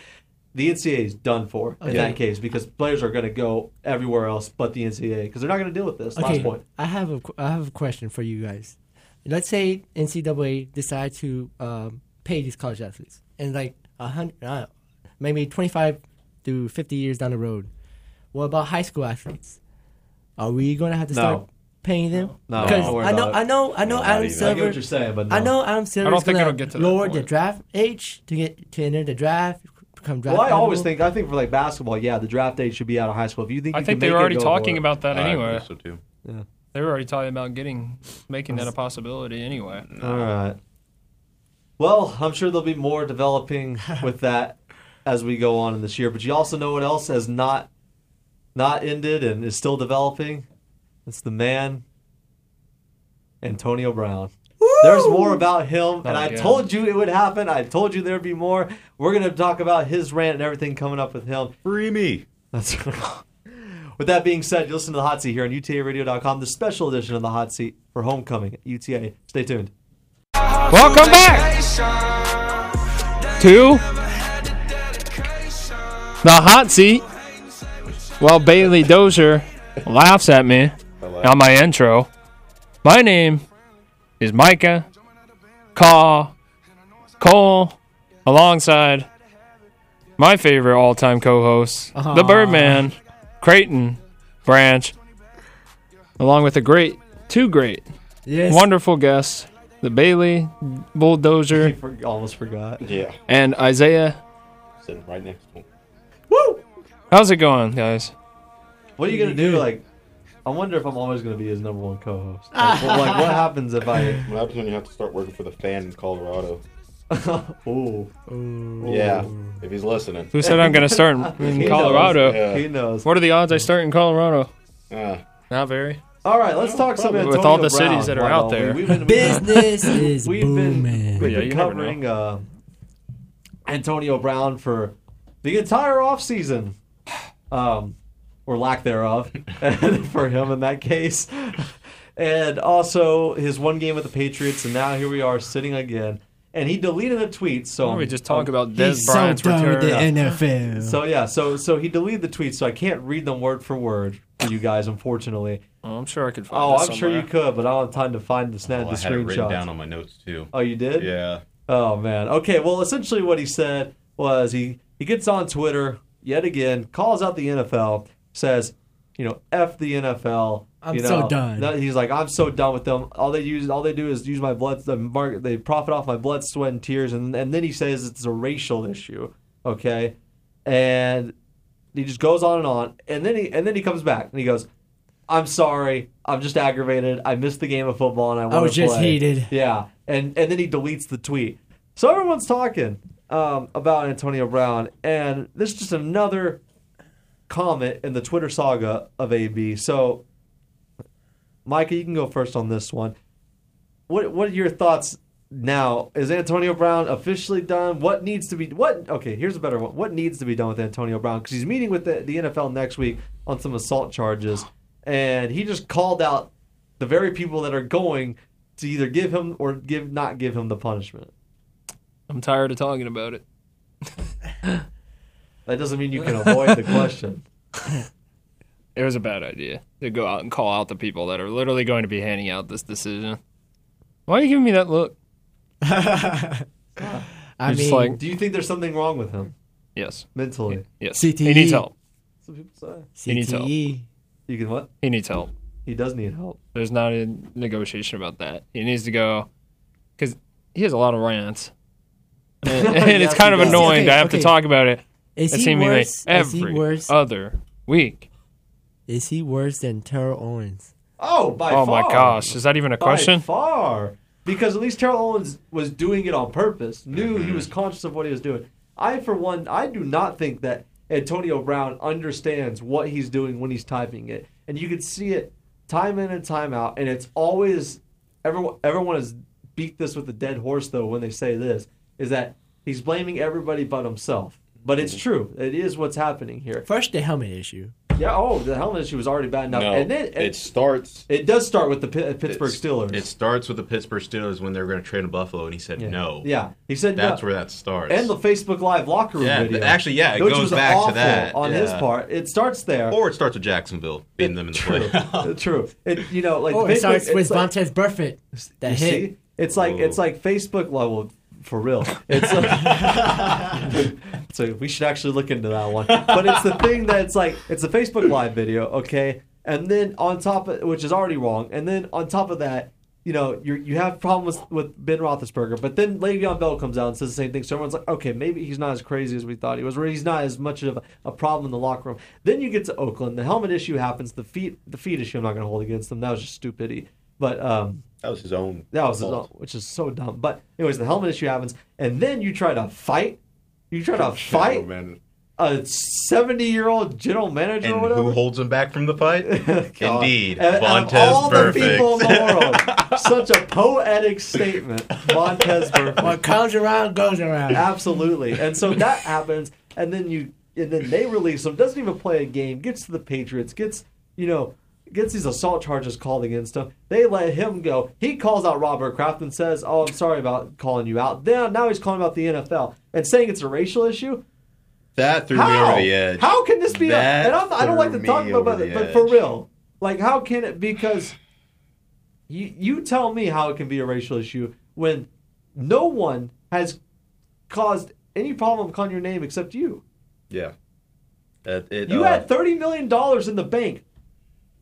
The NCAA is done for in Okay. that case because players are going to go everywhere else but the NCAA because they're not going to deal with this. Last Okay, point. I have a qu- I have a question for you guys. Let's say NCAA decide to um, pay these college athletes, and like a hundred, uh, maybe twenty five to fifty years down the road. What about high school athletes? Are we gonna have to No. start paying them? No, Because don't worry I about know, it. I know, I know, not I even. Adam get Silver. what you're saying, but no. I know Adam Silver. think gonna it'll get to that lower the point. draft age to get to enter the draft. Become draft. Well, I always eligible. think I think for like basketball, yeah, the draft date should be out of high school. If you think I you think can they make were it, already go for talking it. about that anyway. so too. They were already talking about getting making that a possibility anyway. All right. Well, I'm sure there'll be more developing with that as we go on in this year. But you also know what else has not not ended and is still developing? It's the man Antonio Brown. There's more about him, and Oh, I yeah. told you it would happen. I told you there'd be more. We're gonna talk about his rant and everything coming up with him. Free me. That's right. With that being said, you listen to the hot seat here on UTARadio.com, the special edition of the hot seat for homecoming at UTA. Stay tuned. Welcome back to the hot seat. Well, Bailey Dozier laughs at me on my intro. My name is Micah Caw Cole, alongside my favorite all-time co-host, the Aw. Birdman, Creighton Branch, along with the great, two great Yes. wonderful guests, the Bailey I Bulldozer for- almost forgot. Yeah, and Isaiah. sitting right next to him. How's it going, guys? What are you gonna do? Like, I wonder if I'm always gonna be his number one co-host. Like, what, like, what happens if I? What happens when you have to start working for the fan in Colorado? Ooh, Yeah, if he's listening. Who said I'm going to start in, in Colorado? Yeah. he knows. What are the odds I start in Colorado? Ah. Not very. All right, let's talk some With Antonio all the Brown. cities that are Why don't out we? there. We've been, we've been, Business is we've been, booming. we've Yeah, been you never know. covering uh, Antonio Brown for the entire offseason. Um, or lack thereof for him in that case. And also his one game with the Patriots, and now here we are sitting again. And he deleted a tweet, so Why don't we I'm- just talk I'm- about Des He's so Bryant's done with the return? NFL. So yeah, so so he deleted the tweets, so I can't read them word for word for you guys, unfortunately. Oh, I'm sure I could find Oh, this I'm sure you somewhere. could, but I don't have time to find the snap Oh, I the had it written down screenshot. on my notes too. Oh, you did? Yeah. Oh man. Okay. Well, essentially what he said was he he gets on Twitter yet again, calls out the NFL, says, you know, f the NFL. I'm you so know. done. No, He's like, I'm so done with them. All they use, all they do is use my blood. The market, they profit off my blood, sweat, and tears. And and then he says it's a racial issue. Okay, and he just goes on and on. And then he and then he comes back and he goes. I'm sorry. I'm just aggravated. I missed the game of football and I want to was just play." heated. Yeah, and and then he deletes the tweet. So everyone's talking um, about Antonio Brown, and this is just another comment in the Twitter saga of AB. So, Micah, you can go first on this one. What what are your thoughts now? Is Antonio Brown officially done? What needs to be what? Okay, here's a better one. What needs to be done with Antonio Brown? Because he's meeting with the, the NFL next week on some assault charges, and he just called out the very people that are going to either give him or give not give him the punishment. I'm tired of talking about it. That doesn't mean you can avoid the question. It was a bad idea to go out and call out the people that are literally going to be handing out this decision. Why are you giving me that look? I just mean, like- Do you think there's something wrong with him Yes. mentally? Yes. He CTE. needs help. Some people say E. you need help. CTE. you can what? He needs help. He does need help. There's not a negotiation about that. He needs to go because he has a lot of rants, and, and Yes, it's kind he of does. annoying to Okay, have to okay. talk about it. Is It he seemingly worse? Is he every Oh. worse? other week. Is he worse than Terrell Owens? Oh, by Oh far. my gosh, is that even a By question? far. Because at least Terrell Owens was doing it on purpose, knew Mm-hmm. he was conscious of what he was doing. I, for one, I do not think that Antonio Brown understands what he's doing when he's typing it. And you can see it time in and time out. And it's always, everyone, everyone has beat this with a dead horse, though, when they say this, is that he's blaming everybody but himself. But Mm-hmm. it's true. It is what's happening here. First, the helmet issue. Yeah. Oh, the helmet issue was already bad enough. No, and then it starts. it does start with the Pi- Pittsburgh it's- Steelers. It starts with the Pittsburgh Steelers when they were going to trade to Buffalo, and he said no. Yeah, he said That's no. where that starts. and the Facebook Live locker room Yeah, video. th- actually, yeah, it which goes was back to awful that, on his yeah. part. It starts there. or it starts with Jacksonville beating them in the true, playoffs. true. It, you know, like Oh, it Facebook- starts with it's like- Montez Burfitt. That you hit. see? It's like it's Whoa. like Facebook level for real. It's like- so we should actually look into that one. But it's the thing that it's like it's a Facebook live video, okay? And then on top of which is already wrong, and then on top of that, you know, you you have problems with, with Ben Roethlisberger, but then Le'Veon Bell comes out and says the same thing. So everyone's like, okay, maybe he's not as crazy as we thought he was, or he's not as much of a, a problem in the locker room. Then you get to Oakland, the helmet issue happens, the feet the feet issue I'm not gonna hold against them. That was just stupidity. But um That was his own. That was fault. which is so dumb. But anyways, the helmet issue happens, and then you try to fight. You try to fight Shadow Man. a seventy-year-old general manager And or whatever. who holds him back from the fight? God. Indeed, And- and of all Vontez the perfect. people in the world, such a poetic statement. Vontez What perfect. comes around goes around. Absolutely. And so that happens, and then you, and then they release him. Doesn't even play a game. Gets to the Patriots. Gets you know, gets these assault charges called against him. They let him go. He calls out Robert Kraft and says, "Oh, I'm sorry about calling you out." Then now he's calling out the NFL and saying it's a racial issue. That threw me How? over the edge. How can this be? A, That and I'm, I don't like to threw talk me about over it, the but for edge. real, like, how can it? Because you you tell me how it can be a racial issue when no one has caused any problem calling your name except you. Yeah. It, it, You uh, had thirty million dollars in the bank.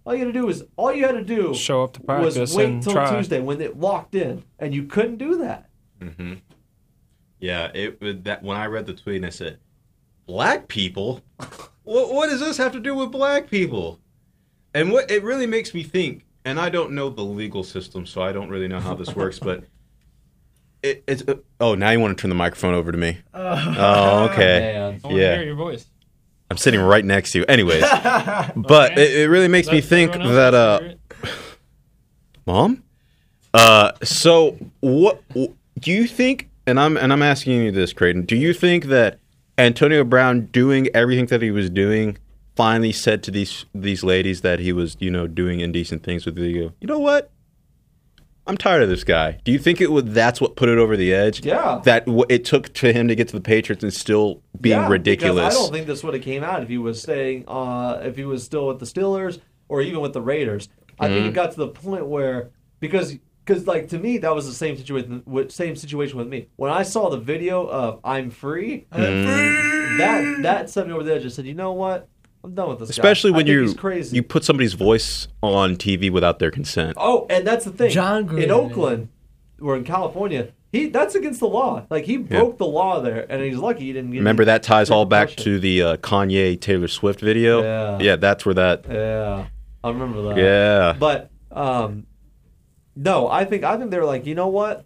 All you had to do was all you had to do Show up to was practice wait and till try. Tuesday when it locked in, and you couldn't do that. Yeah, it would- that when I read the tweet, and I said, "Black people, what what does this have to do with black people?" And what it really makes me think, and I don't know the legal system, so I don't really know how this works, but it, it's uh, oh now you want to turn the microphone over to me? Oh, okay. Man. I want to Yeah. hear your voice. I'm sitting right next to you, anyways. But Okay. it, it really makes me Let think everyone else that hear uh, it. mom uh so what do you think and i'm and i'm asking you this creighton do you think that antonio brown doing everything that he was doing finally said to these these ladies that he was you know doing indecent things with the you know what i'm tired of this guy do you think it would that's what put it over the edge Yeah. that w- it took to him to get to the patriots and still being Yeah, because ridiculous I don't think this would have came out if he was staying, uh, if he was still with the Steelers or even with the Raiders. I Mm-hmm. think it got to the point where because because like to me that was the same situation with same situation with me when I saw the video of I'm free. That that set me over the edge. I said, you know what, I'm done with this. guy. especially I when think you he's crazy. you put somebody's voice on tv without their consent Oh, and that's the thing. John in Gruden. Oakland, or in California, he that's against the law. Like he broke the law there, and he's lucky he didn't. Get Remember any that ties all back repercussion. to the uh, Kanye Taylor Swift video. Yeah. that's where that. Yeah, I remember that. Yeah, But um, no, I think I think they're like, you know what?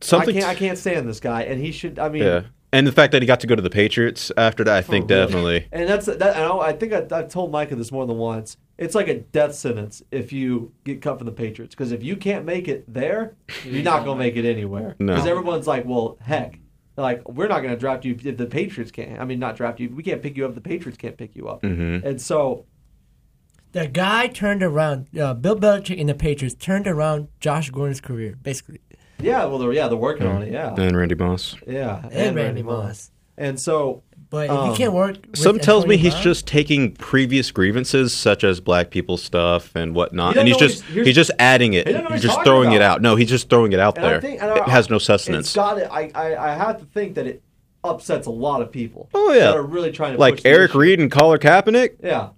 something. I can't I can't stand this guy, and he should. I mean, Yeah, and the fact that he got to go to the Patriots after that, I think real. definitely. and that's that. And I, I think I, I've told Micah this more than once. It's like a death sentence if you get cut from the Patriots because if you can't make it there, you're not gonna make it anywhere. No. Because everyone's like, well, heck. They're Like we're not going to draft you if the Patriots can't. I mean, not draft you. We can't pick you up. if The Patriots can't pick you up. Mm-hmm. And so The guy turned around. Uh, Bill Belichick in the Patriots turned around Josh Gordon's career, basically. yeah, well, they're, yeah, they're working on it. Yeah, And Randy Moss. yeah, and, Randy Moss. And so But if Um, you can't work, with Some tells me Antonio he's Brown- just taking previous grievances, such as black people stuff and whatnot, You and he's don't know just what he's- he's just adding it. He don't know what He's he's just talking throwing it about. out. No, he's just throwing it out And I there. think- and I- it has no sustenance. It's got it. I, I, I have to think that it upsets a lot of people. Oh, yeah. that are really trying to push Like the Eric issue. Reed and Collar Kaepernick. Yeah,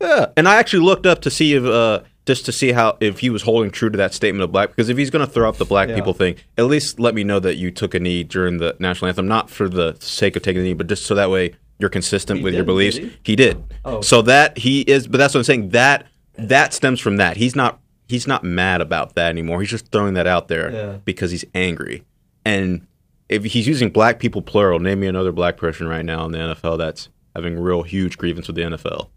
Yeah, and I actually looked up to see if uh, just to see how if he was holding true to that statement of black because if he's going to throw up the black Yeah. people thing, at least let me know that you took a knee during the national anthem, not for the sake of taking a knee, but just so that way you're consistent He with your didn't, beliefs. did he? he? did. Oh. So that he is, but that's what I'm saying. That that stems from that. He's not he's not mad about that anymore. He's just throwing that out there Yeah. because he's angry. And if he's using black people plural, name me another black person right now in the NFL that's having real huge grievance with the NFL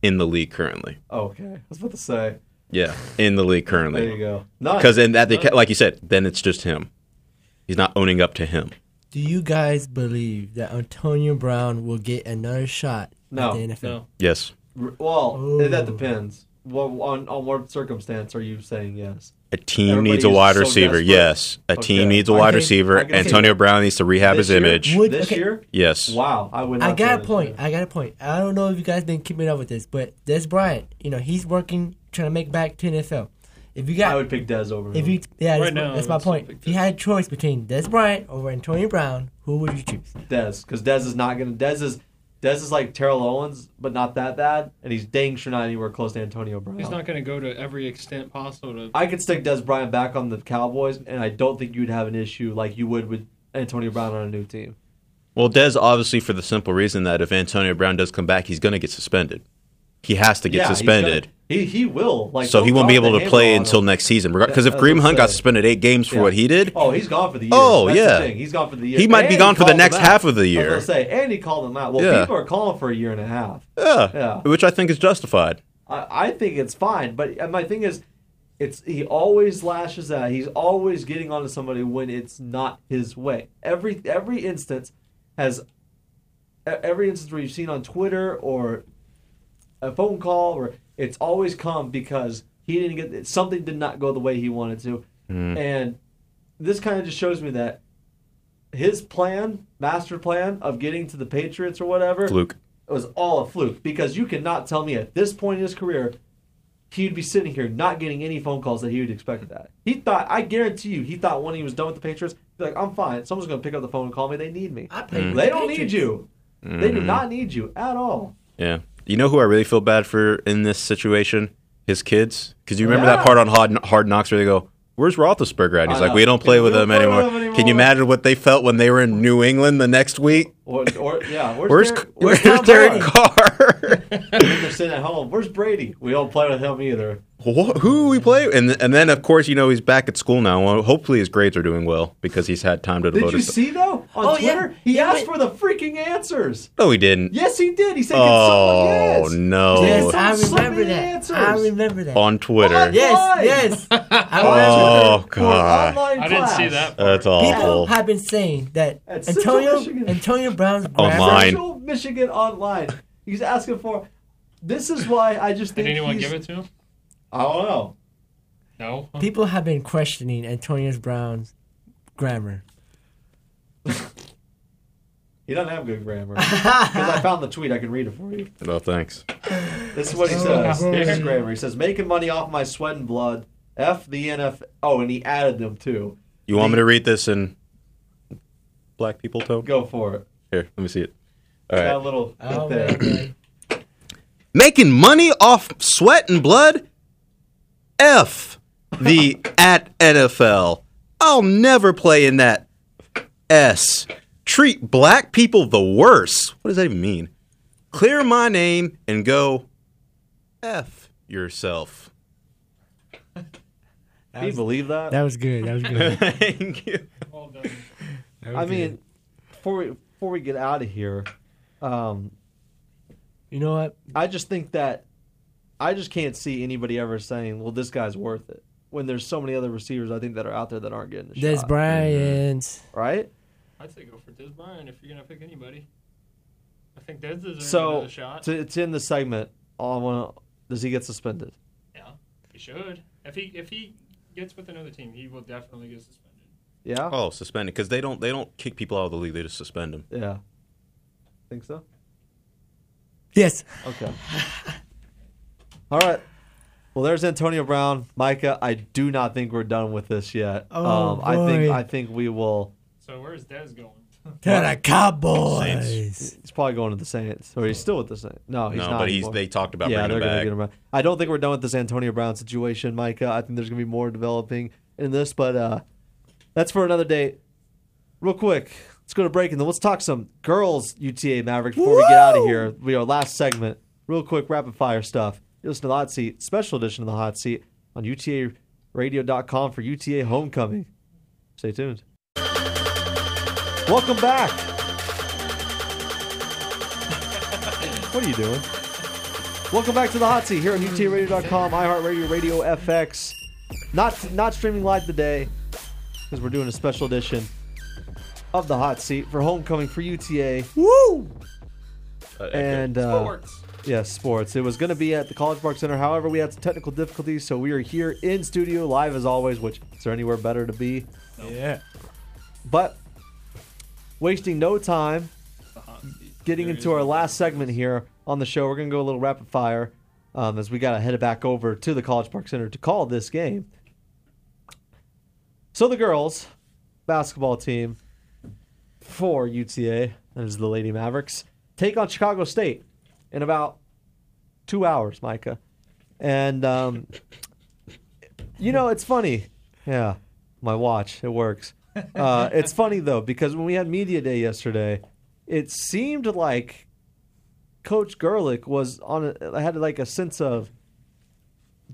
in the league currently. okay. I was about to say. Yeah, in the league There you currently. go. Nice. Because then that they ca- like you said, then it's just him. He's not owning up to him. Do you guys believe that Antonio Brown will get another shot No, at the NFL? no. Yes, R- well, Ooh. that depends. What on on what circumstance are you saying yes? a team Everybody needs a is wide so receiver. desperate. Yes, a Okay. team needs a I wide can- receiver. I can see Antonio Brown needs to rehab This his year? image. Would- this okay. year? Yes. Wow, I would. Not I say got a this point. year. I got a point. I don't know if you guys been keeping up with this, but Des Bryant, you know, he's working trying to make back to NFL. If you I got, would pick Dez over him. if you, yeah, that's, Right now, that's my it's a point. big If you had a choice between Des Bryant over Antonio Brown, who would you choose? Dez, because Dez is not gonna. Dez is. Dez is like Terrell Owens, but not that bad, and he's dang sure not anywhere close to Antonio Brown. He's not going to go to every extent possible to I could stick Des Bryant back on the Cowboys, and I don't think you'd have an issue like you would with Antonio Brown on a new team. Well, Dez obviously for the simple reason that if Antonio Brown does come back, he's going to get suspended. He has to get Yeah, he's suspended. gonna- He's, He he will like. So he they'll won't be drop able the to hammer play on until him. next season. Because if that's Kareem what I'm Hunt got saying. suspended eight games for Yeah. what he did, Oh, he's gone for the year. Oh, That's the yeah. thing. he's gone for the year. He might be And gone for the called next him half of the I was year. gonna say, and he called him out. Well, Yeah. people are calling for a year and a half. yeah, Yeah. which I think is justified. I, I think it's fine. But and my thing is, it's he always lashes out. He's always getting onto somebody when it's not his way. Every every instance has e- every instance where you've seen on Twitter or a phone call or it's always come because he didn't get something did not go the way he wanted to, and this kind of just shows me that his plan, master plan of getting to the Patriots or whatever, Fluke. it was all a fluke because you cannot tell me at this point in his career he'd be sitting here not getting any phone calls that he would expect that. He thought, I guarantee you, he thought when he was done with the Patriots, he'd be like, I'm fine. Someone's going to pick up the phone and call me. They need Mm-hmm. me. I played Mm. with They the don't need Patriots. you. They do not need you at all. Yeah. You know who I really feel bad for in this situation? His kids. Because you remember Yeah. that part on Hard, Hard Knocks where they go, Where's Roethlisberger at? He's I like, know. We don't play We with don't him play with anymore. him anymore. Can you imagine what they felt when they were in New England the next week? Or, or yeah, where's, Where's Derek, Where's, Tom Derek Brady? Carr? They're sitting at home. Where's Brady? We don't play with him either. Wh- Who we play? And and then of course you know he's back at school now. Well, hopefully his grades are doing well because he's had time to Did devote. you his- see though on Oh, yeah. Twitter? He Yeah, asked but- for the freaking answers. no, he didn't. Yes, he did. He said, "Can Oh, someone?" Yes. no. He said, Yes, "Someone I slip me remember the that. answers." I remember that. On Twitter. yeah. Why? Yes, yes. I went Oh For an god, online I didn't see class. that. that's to- People awful. have been saying that At Central Antonio Michigan. Antonio Brown's grabber- mine. Central Michigan Online. He's asking for. This is why I just think. Did anyone he's- give it to him? I don't know. No. People have been questioning Antonio Brown's grammar. He doesn't have good grammar. Because I found the tweet. I can read it for you. No thanks. This is what Oh, he says. Here's his grammar. He says, making money off my sweat and blood. F the NF. Oh, and he added them too. You want me to read this in black people tone? Go for it. Here, let me see it. That All right. little bit Oh, there. man. Making money off sweat and blood? F the at NFL. I'll never play in that S. Treat black people the worse. What does that even mean? Clear my name and go F yourself. Can you believe that? that was good. That was good. Thank you. That was I good. mean, before we, before we get out of here, um, you know what? I just think that I just can't see anybody ever saying, "Well, this guy's worth it." When there's so many other receivers, I think that are out there that aren't getting the Des shot, Bryant. right? I'd say go for Des Bryant if you're gonna pick anybody. I think Des deserves So another shot. to, to end the segment, all I want to does he get suspended? yeah, he should. If he if he gets with another team, he will definitely get suspended. Yeah, Oh, suspended because they don't they don't kick people out of the league. They just suspend them. yeah. Think so? Yes. Okay. all right. Well, there's Antonio Brown, Micah. I do not think we're done with this yet. Oh, um, I think boy. I think we will. So where's Des going? To the Cowboys. He's probably going to the Saints, or he's still with the Saints. No, he's no, not. but he's, anymore. they talked about yeah, they're bringing him going to back. get him back. I don't think we're done with this Antonio Brown situation, Micah. I think there's going to be more developing in this, but uh, that's for another day. Real quick, let's go to break and then let's talk some girls UTA Mavericks before we get out of here. We are last segment. Real quick, rapid fire stuff. You listen to the Hot Seat, special edition of the Hot Seat on UTARadio.com for UTA Homecoming. Stay tuned. Welcome back. what are you doing? Welcome back to the hot seat here on UTRadio.com, iHeartRadio, Radio FX. Not not streaming live today because we're doing a special edition of the hot seat for homecoming for UTA Woo! Uh, okay. and uh, Yes, sports. It was going to be at the College Park Center. However, we had some technical difficulties, so we are here in studio live as always. Which is there anywhere better to be? Yeah. But wasting no time, getting into our last segment here on the show, we're going to go a little rapid fire um, as we got to head it back over to the College Park Center to call this game. So, the girls basketball team for UTA, that is the Lady Mavericks, take on Chicago State in about two hours, Micah. And, um, you know, it's funny. Yeah, my watch, it works. Uh, it's funny, though, because when we had Media Day yesterday, it seemed like Coach Gerlich was on, a, had like a sense of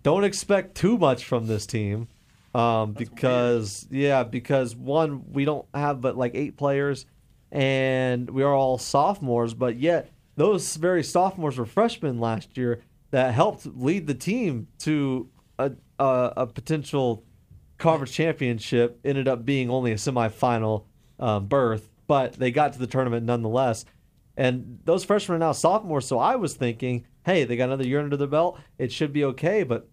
don't expect too much from this team um, because yeah because one we don't have but like eight players and we are all sophomores but yet those very sophomores were freshmen last year that helped lead the team to a, a, a potential conference championship ended up being only a semifinal um, berth but they got to the tournament nonetheless and those freshmen are now sophomores, so I was thinking, hey, they got another year under their belt. It should be okay. But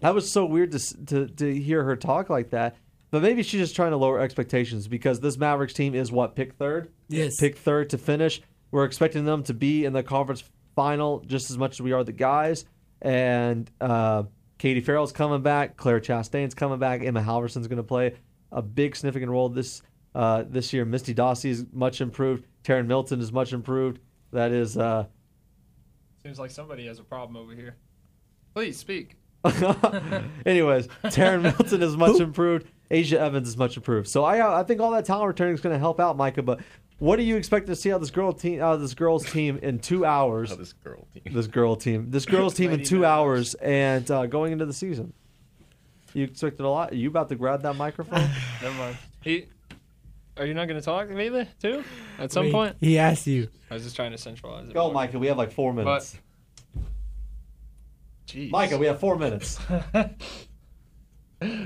that was so weird to, s- to, to hear her talk like that. But maybe she's just trying to lower expectations because this Mavericks team is what, pick third? Yes. Pick third to finish. We're expecting them to be in the conference final just as much as we are the guys. And uh, Katie Farrell's coming back. Claire Chastain's coming back. Emma Halverson's going to play a big, significant role this uh, this year. Misty Dossie is much improved. Taryn Milton is much improved. That is. Uh, Seems like somebody has a problem over here. Please speak. Anyways, Taryn Milton is much improved. Asia Evans is much improved. So I I think all that talent returning is going to help out Micah. But what do you expect to see out of this girl team? Out of this girls team in two hours? Oh, this girl team. This girl team. This girls team in Lady two Mavericks. hours and uh, going into the season. You expected a lot. Are you about to grab that microphone? Never mind. He, are you not going to talk to me there, too? At some Wait, point, He asked you. I was just trying to centralize it. Go, more. Micah. We have like four minutes. Jeez. Micah, we have four minutes.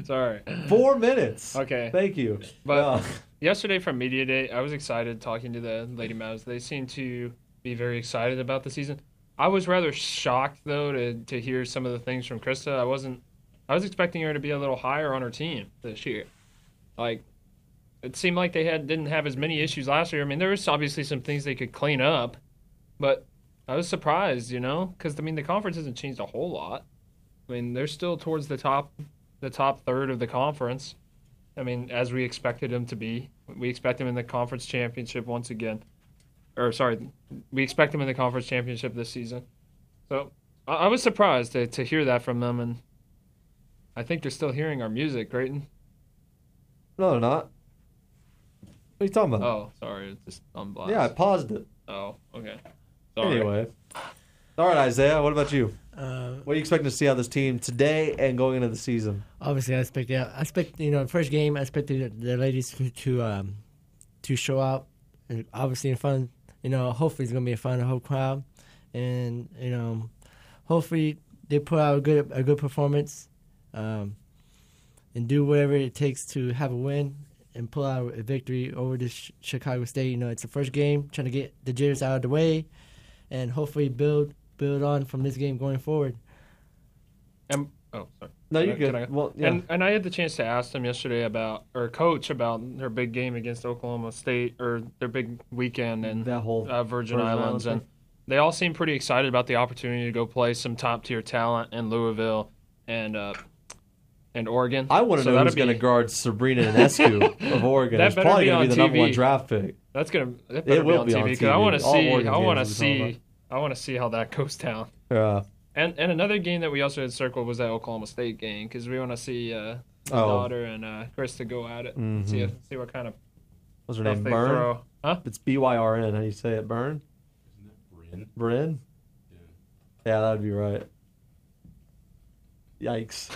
Sorry. Four minutes. Okay. Thank you. Uh, But- Yeah. Yesterday from media day, I was excited talking to the Lady Mavs. They seemed to be very excited about the season. I was rather shocked though to to hear some of the things from Krista. I wasn't. I was expecting her to be a little higher on her team this year. Like, it seemed like they had didn't have as many issues last year. I mean, there was obviously some things they could clean up, but I was surprised, you know, because I mean the conference hasn't changed a whole lot. I mean, they're still towards the top, the top third of the conference. I mean, as we expected him to be. We expect him in the conference championship once again. Or sorry, we expect him in the conference championship this season. So I, I was surprised to, to hear that from them, and I think they're still hearing our music, Grayton. Mm-hmm. no, they're not. What are you talking about? Oh, sorry, it's just on blast. yeah, I paused it. Oh, okay. Sorry. Anyway. All right, Isaiah. What about you? Uh, What are you expecting to see out of this team today and going into the season? obviously, I expect yeah, I expect you know first game. I expect the, the ladies to to, um, to show up. And obviously, in fun. You know, hopefully it's gonna be a fun whole crowd, and you know, hopefully they put out a good a good performance, um, and do whatever it takes to have a win and pull out a victory over this Ch- Chicago State. You know, it's the first game, trying to get the jitters out of the way, and hopefully build build on from this game going forward. And, oh, sorry. No, Can you're I- good. can I- Well, yeah. And and I had the chance to ask them yesterday about or coach about their big game against Oklahoma State or their big weekend and That whole uh, Virgin, Virgin Islands Islands and thing. they all seem pretty excited about the opportunity to go play some top tier talent in Louisville and uh, and Oregon. I want to So know that'll who's going to be- guard Sabrina Inescu of Oregon. That It's better probably be going to be on the number one TV. draft pick. That's gonna that better will be be on on TV because I TV. want to All see Oregon I want to games will be on see I want to see how that goes down. Uh, And and another game that we also had circled was that Oklahoma State game because we want to see uh, my Oh. daughter and uh, Chris to go at it, and see if, see what kind of what's her stuff name? they Byrne? throw. Huh? It's B Y R N. How do you say it? Burn? Bryn? Yeah, that would be right. Yikes.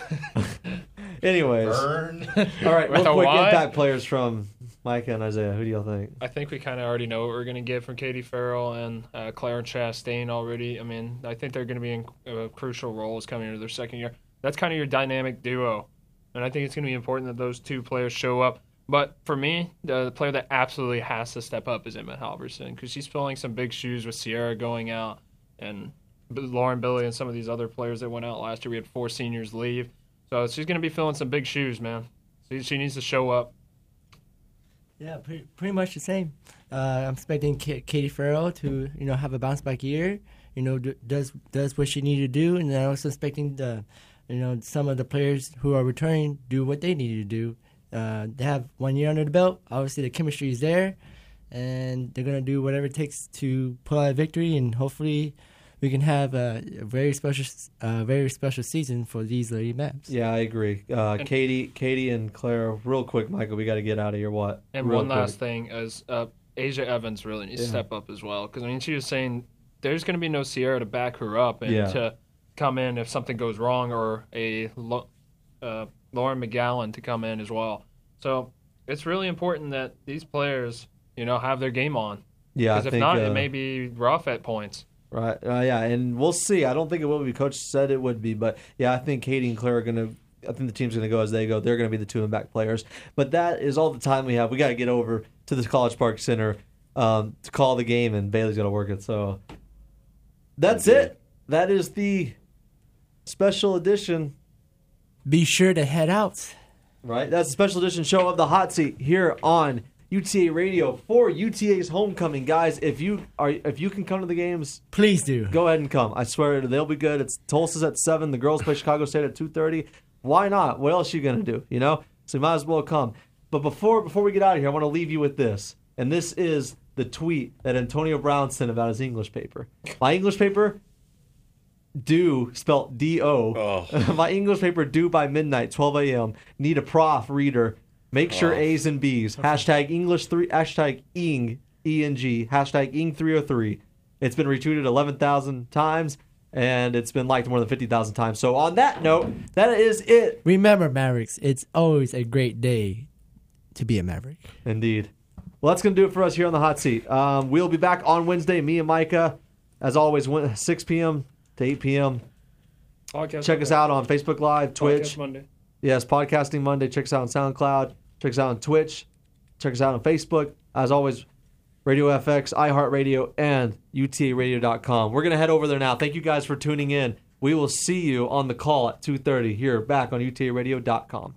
Anyways. Burn. All right, With real a quick Y? impact players from Micah and Isaiah. Who do y'all think? I think we kind of already know what we're going to get from Katie Farrell and uh, Clarence Chastain already. I mean, I think they're going to be in uh, crucial roles coming into their second year. That's kind of your dynamic duo. And I think it's going to be important that those two players show up. But for me, the, the player that absolutely has to step up is Emma Halverson because she's filling some big shoes with Sierra going out and B- Lauren Billy and some of these other players that went out last year. We had four seniors leave. So she's going to be filling some big shoes, man. She, she needs to show up. Yeah, pretty, pretty much the same. Uh, I'm expecting K- Katie Farrell to you know have a bounce back year. You know, d- does does what she needed to do, and then I was expecting the, you know, some of the players who are returning do what they need to do. Uh, they have one year under the belt. Obviously, the chemistry is there, and they're gonna do whatever it takes to pull out a victory, and hopefully, we can have a, a very special, s- uh, very special season for these lady maps. Yeah, I agree. Uh, Katie, Katie, and Claire. Real quick, Michael, we got to get out of here. What? And Real one quick. last thing is uh, Asia Evans really needs to Yeah. step up as well because I mean she was saying there's going to be no Sierra to back her up and Yeah. to come in if something goes wrong, or a Lo- uh, Lauren McGowan to come in as well. So it's really important that these players, you know, have their game on. Yeah, I Because if think, not, uh, it may be rough at points. Right. Uh, yeah, and we'll see. I don't think it will be. Coach said it would be, but yeah, I think Katie and Claire are gonna. I think the team's gonna go as they go. They're gonna be the two and back players. But that is all the time we have. We got to get over to the College Park Center um, to call the game, and Bailey's gonna work it. So that's it. That is the special edition. Be sure to head out. Right. That's a special edition show of the hot seat here on UTA Radio for UTA's homecoming, guys. If you are, if you can come to the games, Please do. go ahead and come. I swear they'll be good. It's Tulsa's at seven. The girls play Chicago State at two thirty. Why not? What else are you gonna do? You know, so you might as well come. But before before we get out of here, I want to leave you with this, and this is the tweet that Antonio Brown sent about his English paper. My English paper, do spelt D O. My English paper due by midnight, twelve a.m. Need a prof reader. Make sure A's and B's. Hashtag English three. Hashtag ing e n g. Hashtag ing three hundred three. It's been retweeted 11,000 times and it's been liked more than 50,000 times. So, on that note, that is it. Remember, Mavericks, it's always a great day to be a Maverick. Indeed. Well, that's going to do it for us here on the hot seat. Um, we'll be back on Wednesday, me and Micah, as always, Wed- 6 p.m. to 8 p.m. Podcast Check us out on Facebook Live, Twitch. Monday. Yes, Podcasting Monday. Check us out on SoundCloud. Check us out on Twitch. Check us out on Facebook. As always, Radio FX, iHeartRadio, and UTARadio.com. We're going to head over there now. Thank you guys for tuning in. We will see you on the call at 2.30 here back on UTARadio.com.